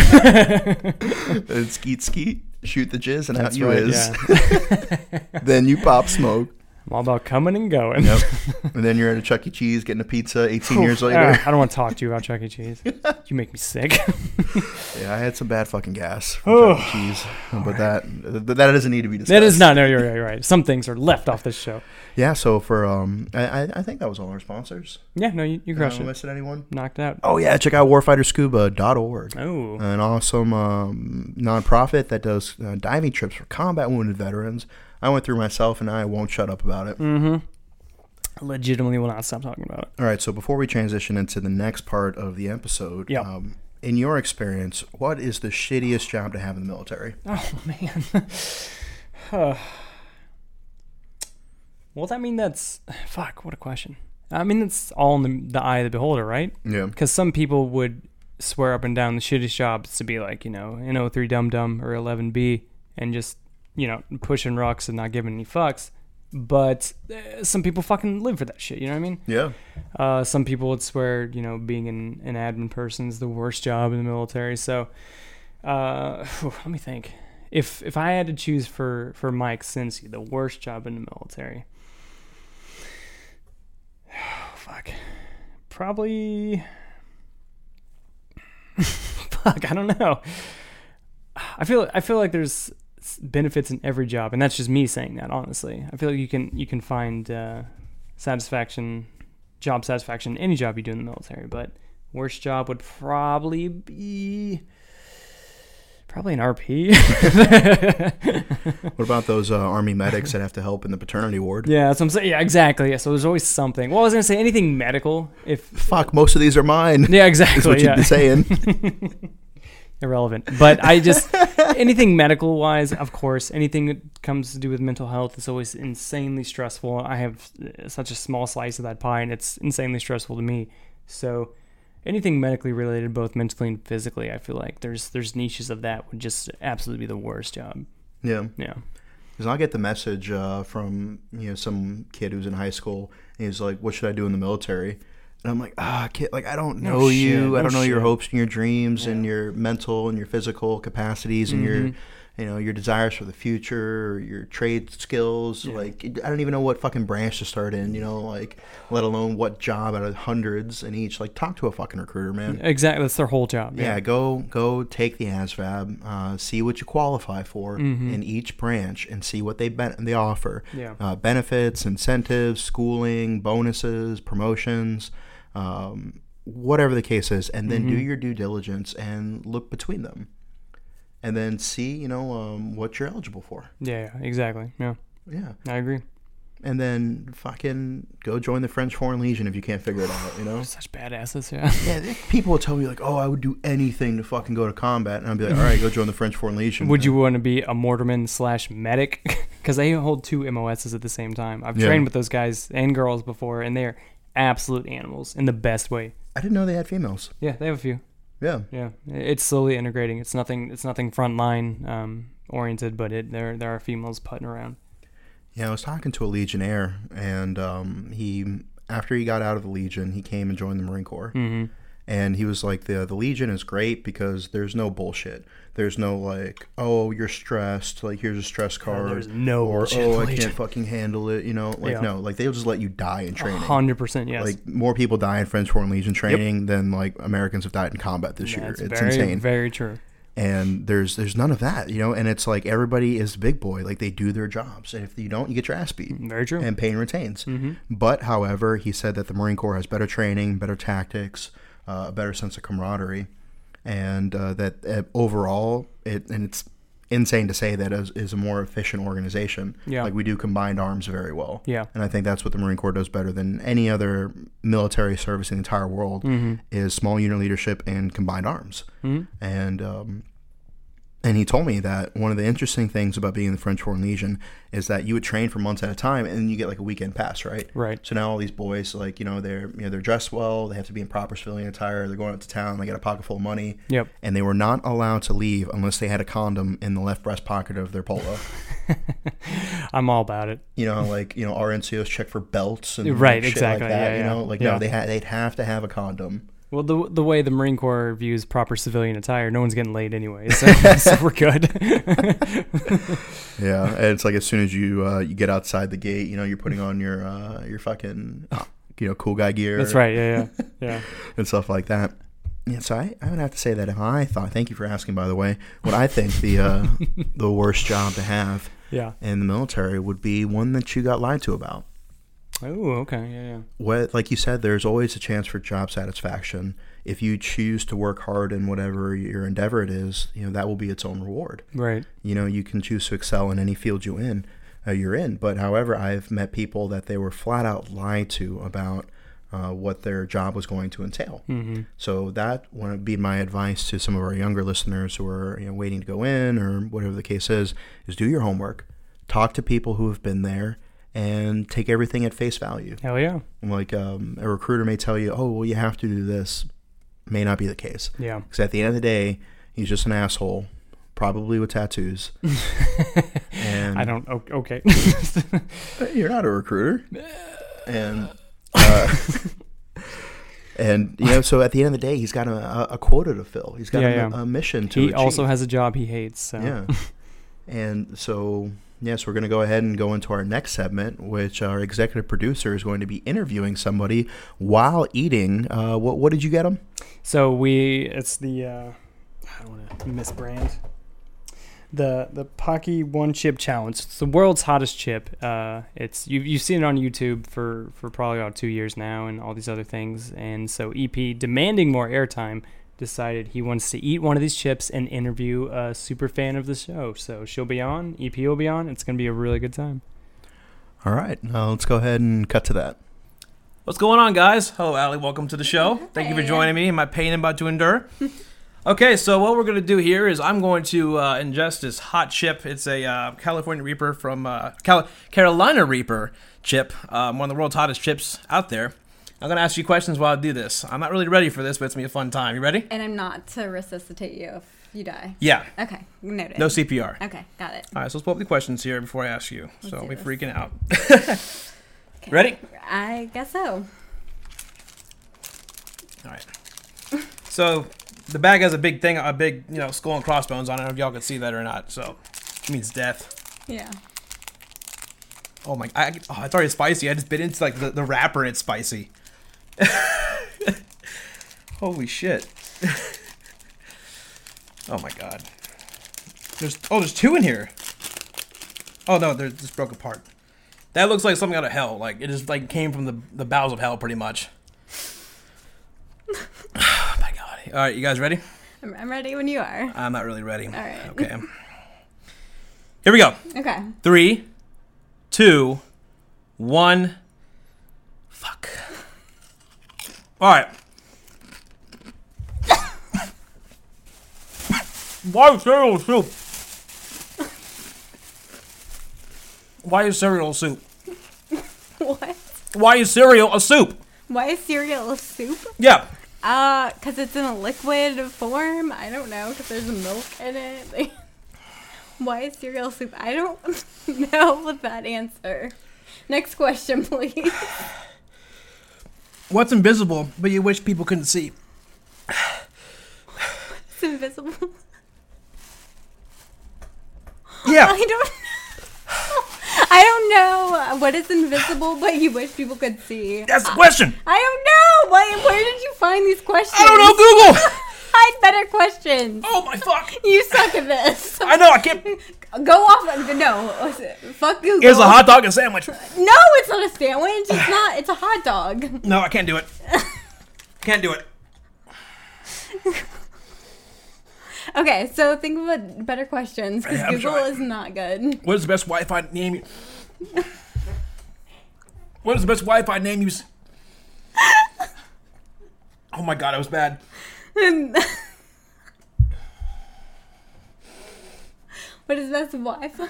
Speaker 4: and skeet, skeet. Shoot the jizz, and out
Speaker 1: That's
Speaker 4: you
Speaker 1: right,
Speaker 4: is.
Speaker 1: yeah.
Speaker 4: then you pop smoke.
Speaker 1: <laughs> I'm all about coming and going.
Speaker 4: Yep. <laughs> and then you're at a Chuck E. Cheese getting a pizza 18 years later.
Speaker 1: Ah, I don't want to talk to you about Chuck E.
Speaker 4: <laughs>
Speaker 1: Cheese. You make me sick.
Speaker 4: Yeah, I had some bad fucking gas from Chuck E. Cheese, but that th- that doesn't need to be discussed.
Speaker 1: that is not. No, you're right. You're right. Some things are left off this show.
Speaker 4: Yeah, so for um, I I, I think that was all our sponsors.
Speaker 1: Yeah, no, you, you
Speaker 4: Am
Speaker 1: crushed
Speaker 4: I
Speaker 1: it.
Speaker 4: missing anyone?
Speaker 1: Knocked out.
Speaker 4: Oh yeah, check out warfighterscuba.org.
Speaker 1: Oh.
Speaker 4: An awesome um, nonprofit that does uh, diving trips for combat wounded veterans. I went through myself, and I won't shut up about it.
Speaker 1: Mm-hmm. legitimately will not stop talking about it. <laughs>
Speaker 4: All right, so before we transition into the next part of the episode,
Speaker 1: Yep.
Speaker 4: um, in your experience, what is the shittiest job to have in the military?
Speaker 1: Oh man. well, I mean that's fuck. What a question. I mean it's all in the, the eye of the beholder, right?
Speaker 4: Yeah.
Speaker 1: Because some people would swear up and down the shittiest jobs to be like you know an 03 Dum Dum or 11B and just you know pushing rocks and not giving any fucks. But uh, some people fucking live for that shit. You know what I mean?
Speaker 4: Yeah.
Speaker 1: Uh, some people would swear, you know, being an, an admin person is the worst job in the military. So, uh, <sighs> phew, let me think. If if I had to choose for for Mike Cincy, the worst job in the military, <sighs> fuck, probably. <laughs> fuck, I don't know. I feel I feel like there's s- benefits in every job, and that's just me saying that honestly. I feel like you can you can find uh, satisfaction job satisfaction in any job you do in the military, but Worst job would probably be probably an RP.
Speaker 4: What about those uh, army medics that have to help in the paternity ward?
Speaker 1: yeah, that's what I'm saying. Yeah, exactly. Yeah, so there's always something. Well, I was gonna say anything medical. If
Speaker 4: Fuck, most of these are mine.
Speaker 1: yeah, exactly.
Speaker 4: Is what you've
Speaker 1: yeah. <laughs>
Speaker 4: been saying.
Speaker 1: irrelevant. But I just anything medical wise, of course, anything that comes to do with mental health is always insanely stressful. I have uh, such a small slice of that pie, and it's insanely stressful to me. So anything medically related, both mentally and physically, I feel like there's there's niches of that would just absolutely be the worst job.
Speaker 4: yeah.
Speaker 1: Yeah.
Speaker 4: Because I get the message uh, from you know some kid who's in high school, and he's like, "What should I do in the military?" And I'm like, "Ah, kid, like I don't
Speaker 1: No
Speaker 4: know
Speaker 1: shit,
Speaker 4: you.
Speaker 1: no
Speaker 4: I don't know your
Speaker 1: shit."
Speaker 4: hopes and your dreams and your mental and your physical capacities and your,
Speaker 1: Mm-hmm.
Speaker 4: you know, your desires for the future, or your trade skills. Like I don't even know what fucking branch to start in. You know, like let alone what job out of hundreds in each. Like talk to a fucking recruiter, man.
Speaker 1: Exactly. That's their whole job.
Speaker 4: Yeah, go go take the ASVAB, uh, see what you qualify for in each branch, and see what they ben- they offer.
Speaker 1: Yeah.
Speaker 4: Uh, benefits, incentives, schooling, bonuses, promotions, um, whatever the case is, and then do your due diligence and look between them, and then see you know um, what you're eligible for.
Speaker 1: Yeah. yeah, Exactly. Yeah.
Speaker 4: Yeah,
Speaker 1: I agree.
Speaker 4: and then fucking go join the French Foreign Legion if you can't figure it out. You know.
Speaker 1: Such badasses. Yeah.
Speaker 4: Yeah, th- people will tell me like, "Oh, I would do anything to fucking go to combat," and I'd be like, "All right, go join the French Foreign Legion."
Speaker 1: Would you want to be a mortarman slash medic? <laughs> Because they hold two MOSs at the same time. I've
Speaker 4: Yeah.
Speaker 1: trained with those guys and girls before, and they're absolute animals in the best way.
Speaker 4: I didn't know they had females.
Speaker 1: Yeah, they have a few.
Speaker 4: Yeah,
Speaker 1: Yeah, it's slowly integrating. It's nothing. It's nothing frontline um, oriented, but it there there are females putting around.
Speaker 4: yeah. I was talking to a Legionnaire, and um, he after he got out of the Legion, he came and joined the Marine Corps, mm-hmm. and he was like, "the The Legion is great because there's no bullshit. There's no like, oh, you're stressed. Like, here's a stress card.
Speaker 1: Oh, there's no
Speaker 4: or
Speaker 1: bullshit in
Speaker 4: oh,
Speaker 1: the
Speaker 4: I
Speaker 1: Legion."
Speaker 4: can't fucking handle it. You know, like
Speaker 1: Yeah.
Speaker 4: no, like they'll just let you die in training."
Speaker 1: Hundred percent. Yes.
Speaker 4: like more people die in French Foreign Legion training than like Americans have died in combat this year.
Speaker 1: That's
Speaker 4: it's
Speaker 1: very,
Speaker 4: insane.
Speaker 1: Very true.
Speaker 4: and there's there's none of that, you know. And it's like everybody is big boy, like they do their jobs, and if you don't, you get your ass beat.
Speaker 1: Very true. Mm-hmm.
Speaker 4: And pain retains. But however, he said that the Marine Corps has better training, better tactics, uh, a better sense of camaraderie, and uh, that uh, overall, it and it's insane to say that is, is a more efficient organization.
Speaker 1: Yeah.
Speaker 4: like we do combined arms very well.
Speaker 1: Yeah.
Speaker 4: and I think that's what the Marine Corps does better than any other military service in the entire world
Speaker 1: Mm-hmm.
Speaker 4: is small unit leadership and combined arms. And um, and he told me that one of the interesting things about being in the French Foreign Legion is that you would train for months at a time, and then you get like a weekend pass, right?
Speaker 1: Right.
Speaker 4: So now all these boys, like you know, they're you know they're dressed well, they have to be in proper civilian attire, they're going out to town, they got a pocket full of money,
Speaker 1: Yep.
Speaker 4: and they were not allowed to leave unless they had a condom in the left breast pocket of their polo.
Speaker 1: I'm all about it.
Speaker 4: you know, like you know, RNCOs check for belts and
Speaker 1: Right,
Speaker 4: shit
Speaker 1: exactly,
Speaker 4: like that.
Speaker 1: yeah,
Speaker 4: you
Speaker 1: yeah.
Speaker 4: know, like
Speaker 1: Yeah.
Speaker 4: no, they ha- they'd have to have a condom.
Speaker 1: Well, the the way the Marine Corps views proper civilian attire, no one's getting laid anyway, so, <laughs> so we're good.
Speaker 4: Yeah, and it's like as soon as you uh, you get outside the gate, you know, you're putting on your uh, your fucking you know cool guy gear.
Speaker 1: That's right. Yeah, yeah, <laughs> yeah.
Speaker 4: and stuff like that. Yeah, so I, I would have to say that if I thought, thank you for asking, by the way, what I think the <laughs> uh, the worst job to have
Speaker 1: Yeah.
Speaker 4: in the military would be one that you got lied to about.
Speaker 1: Oh, okay. Yeah, yeah.
Speaker 4: What, like you said, there's always a chance for job satisfaction if you choose to work hard in whatever your endeavor it is. You know that will be its own reward.
Speaker 1: Right.
Speaker 4: you know you can choose to excel in any field you in uh, you're in but however i've met people that they were flat out lied to about uh, what their job was going to entail so that would be my advice to some of our younger listeners who are you know waiting to go in or whatever the case is is do your homework talk to people who have been there and take everything at face value
Speaker 1: Hell yeah.
Speaker 4: like um, a recruiter may tell you oh well you have to do this may not be the case
Speaker 1: Yeah.
Speaker 4: because at the end of the day, he's just an asshole, probably with tattoos. and
Speaker 1: <laughs> I don't. o- <laughs> Okay.
Speaker 4: You're not
Speaker 1: <sighs>
Speaker 4: a recruiter. and uh, <laughs> and you know, so at the end of the day, he's got a, a- a quota to fill. He's got
Speaker 1: Yeah,
Speaker 4: a,
Speaker 1: yeah.
Speaker 4: a mission to.
Speaker 1: he
Speaker 4: achieve.
Speaker 1: also has a job he hates. So.
Speaker 4: yeah. and so yes, we're going to go ahead and go into our next segment, which our executive producer is going to be interviewing somebody while eating. Uh, what what did you get him?
Speaker 1: So we. It's the. Uh, I don't want to misbrand. the the Pocky One Chip Challenge. It's the world's hottest chip. Uh, it's you you've seen it on YouTube for for probably about two years now, and all these other things. And so EP, demanding more airtime, decided he wants to eat one of these chips and interview a super fan of the show. So she'll be on, EP will be on. It's gonna be a really good time.
Speaker 4: All right, uh, let's go ahead and cut to that.
Speaker 3: What's going on, guys? Hello, Allie. Welcome to the show. Thank you
Speaker 5: Mm-hmm.
Speaker 3: for
Speaker 5: Hey.
Speaker 3: joining me in my pain I'm about to endure. <laughs> okay, so what we're going to do here is I'm going to uh, ingest this hot chip. It's a uh, California Reaper from uh, Cal- Carolina Reaper chip, um, one of the world's hottest chips out there. I'm going to ask you questions while I do this. I'm not really ready for this, but it's going to be a fun time. You ready?
Speaker 5: And I'm not to resuscitate you if you die.
Speaker 3: Yeah.
Speaker 5: Okay, noted.
Speaker 3: No CPR.
Speaker 5: Okay, got it.
Speaker 3: All right, so let's pull up the questions here before I ask you. so
Speaker 5: do
Speaker 3: I'll be
Speaker 5: this.
Speaker 3: freaking out. <laughs>
Speaker 5: Okay.
Speaker 3: Ready?
Speaker 5: I guess so.
Speaker 3: All right. So the bag has a big thing, a big you know skull and crossbones on it. I don't know if y'all can see that or not. So it means death.
Speaker 5: Yeah.
Speaker 3: Oh my! I, oh, I thought it was spicy. I just bit into like the, the wrapper. and It's spicy. <laughs> Holy shit! <laughs> oh my god. There's oh there's two in here. Oh no, they're just broke apart. That looks like something out of hell. Like it just like came from the the bowels of hell, pretty much. <sighs> oh my god! All right, you guys ready?
Speaker 5: I'm, I'm ready when you are.
Speaker 3: I'm not really ready.
Speaker 5: All right.
Speaker 3: Okay. Here we go. <laughs>
Speaker 5: Okay.
Speaker 3: Three, two, one. Fuck. All right. Why cereal soup? Why is cereal soup?
Speaker 5: What?
Speaker 3: Why is cereal a soup?
Speaker 5: Why is cereal a soup?
Speaker 3: Yeah.
Speaker 5: Uh, cause it's in a liquid form. I don't know, cause there's milk in it. <laughs> Like, why is cereal soup? I don't <laughs> know that answer. Next question, <laughs> please.
Speaker 3: What's invisible but you wish people couldn't see?
Speaker 5: It's invisible.
Speaker 3: Yeah.
Speaker 5: I don't. I don't know what is invisible, but you wish people could see.
Speaker 3: That's the question.
Speaker 5: I don't know. Why, where did you find these questions?
Speaker 3: I don't know Google.
Speaker 5: I had better questions.
Speaker 3: Oh my fuck.
Speaker 5: You suck at this.
Speaker 3: I know I can't.
Speaker 5: Go off. of- No, fuck Google.
Speaker 3: Here's a hot dog and sandwich.
Speaker 5: No, it's not a sandwich. It's not. It's a hot dog.
Speaker 3: No, I can't do it. Can't do it.
Speaker 5: Okay, so think of a better questions because
Speaker 3: Yeah, I'm
Speaker 5: Google
Speaker 3: trying.
Speaker 5: is not good. <laughs>
Speaker 3: What is the best Wi-Fi name? You... What is the best Wi-Fi name you? s- Oh my god, I was bad.
Speaker 5: What is best Wi-Fi?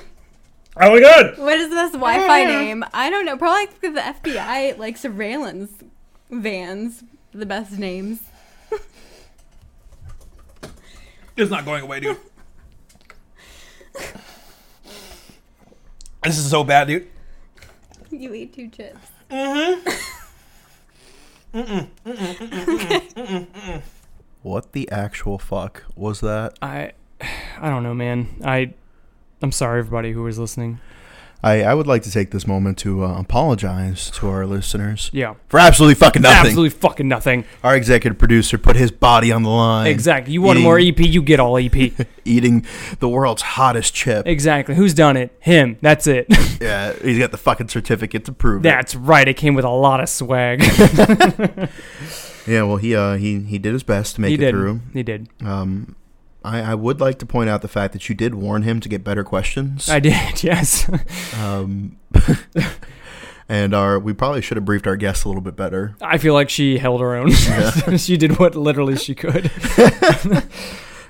Speaker 3: Oh my god.
Speaker 5: What is the best Wi-Fi name? I don't know. Probably like the FBI like surveillance vans. The best names.
Speaker 3: It's not going away, dude. This is so bad, dude.
Speaker 5: You ate two chips.
Speaker 4: What the actual fuck was that?
Speaker 1: I <sighs> I don't know, man. I I'm sorry everybody who was listening.
Speaker 4: I, I would like to take this moment to uh, apologize to our listeners
Speaker 1: Yeah.
Speaker 4: for absolutely fucking nothing.
Speaker 1: Absolutely fucking nothing.
Speaker 4: Our executive producer put his body on the line.
Speaker 1: Exactly. You want more
Speaker 4: eating-
Speaker 1: EP, you get all E
Speaker 4: <laughs>
Speaker 1: EP.
Speaker 4: Eating the world's hottest chip.
Speaker 1: exactly. Who's done it? Him. That's it.
Speaker 4: Yeah, he's got the fucking certificate to prove it.
Speaker 1: That's right. It came with a lot of swag.
Speaker 4: Yeah, well, he uh, he he did his best to make
Speaker 1: he
Speaker 4: it
Speaker 1: did.
Speaker 4: through.
Speaker 1: He did.
Speaker 4: Um, I, I would like to point out the fact that you did warn him to get better questions.
Speaker 1: I did. <laughs> Yes.
Speaker 4: Um, <laughs> and our we probably should have briefed our guests a little
Speaker 1: <laughs>
Speaker 4: bit better.
Speaker 1: I feel like she held her own. <laughs> she did what literally she could.
Speaker 4: <laughs>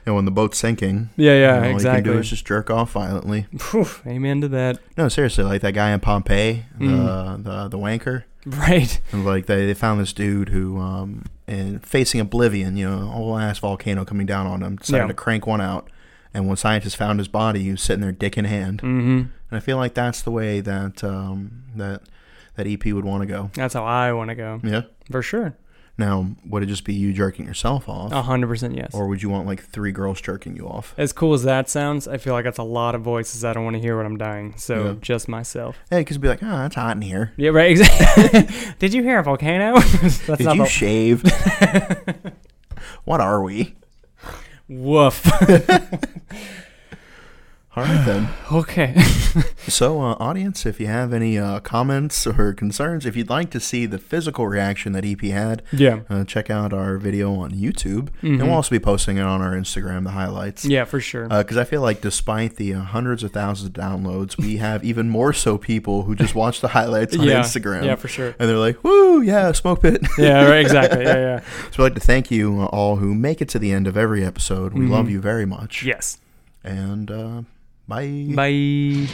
Speaker 4: And when the boat's sinking,
Speaker 1: Yeah, yeah,
Speaker 4: you know, all you can
Speaker 1: exactly.
Speaker 4: do is just jerk off violently.
Speaker 1: Phew, amen to that.
Speaker 4: No, seriously, like that guy in Pompeii,
Speaker 1: Mm.
Speaker 4: the, the the wanker.
Speaker 1: Right.
Speaker 4: And like they, they found this dude who, um, and facing oblivion, you know, a whole ass volcano coming down on him, decided
Speaker 1: Yeah.
Speaker 4: to crank one out. And when scientists found his body, he was sitting there, dick in hand.
Speaker 1: Mm-hmm.
Speaker 4: And I feel like that's the way that um, that that EP would want to go.
Speaker 1: That's how I want to go.
Speaker 4: Yeah.
Speaker 1: For sure.
Speaker 4: Now, would it just be you jerking yourself off,
Speaker 1: A 100% yes.
Speaker 4: or would you want like three girls jerking you off?
Speaker 1: As cool as that sounds, I feel like that's a lot of voices. I don't want to hear when I'm dying. So
Speaker 4: Yeah.
Speaker 1: just myself.
Speaker 4: Yeah, because it'd be like, ah, it's hot in here.
Speaker 1: Yeah, right. <laughs> Exactly. Did you hear a volcano? <laughs> that's
Speaker 4: Did
Speaker 1: not
Speaker 4: you
Speaker 1: the
Speaker 4: shave?
Speaker 1: <laughs>
Speaker 4: what are we?
Speaker 1: woof.
Speaker 4: All right then.
Speaker 1: Okay.
Speaker 4: So, uh, audience, if you have any uh, comments or concerns, if you'd like to see the physical reaction that EP had,
Speaker 1: <laughs> yeah.
Speaker 4: uh, check out our video on YouTube, and we'll also be posting it on our Instagram, the highlights.
Speaker 1: Mm-hmm. Yeah, for sure.
Speaker 4: Because I feel like, despite the uh, hundreds of thousands of downloads, we have even more so people who just watch the highlights on
Speaker 1: <laughs> yeah.
Speaker 4: Instagram.
Speaker 1: Yeah, for sure.
Speaker 4: and they're like, "Woo, yeah, smoke pit."
Speaker 1: Yeah, right, exactly. Yeah, yeah.
Speaker 4: <laughs> so I'd like to thank you all who make it to the end of every
Speaker 1: Mm-hmm.
Speaker 4: episode. We love you very much.
Speaker 1: Yes.
Speaker 4: And uh,
Speaker 1: Bye.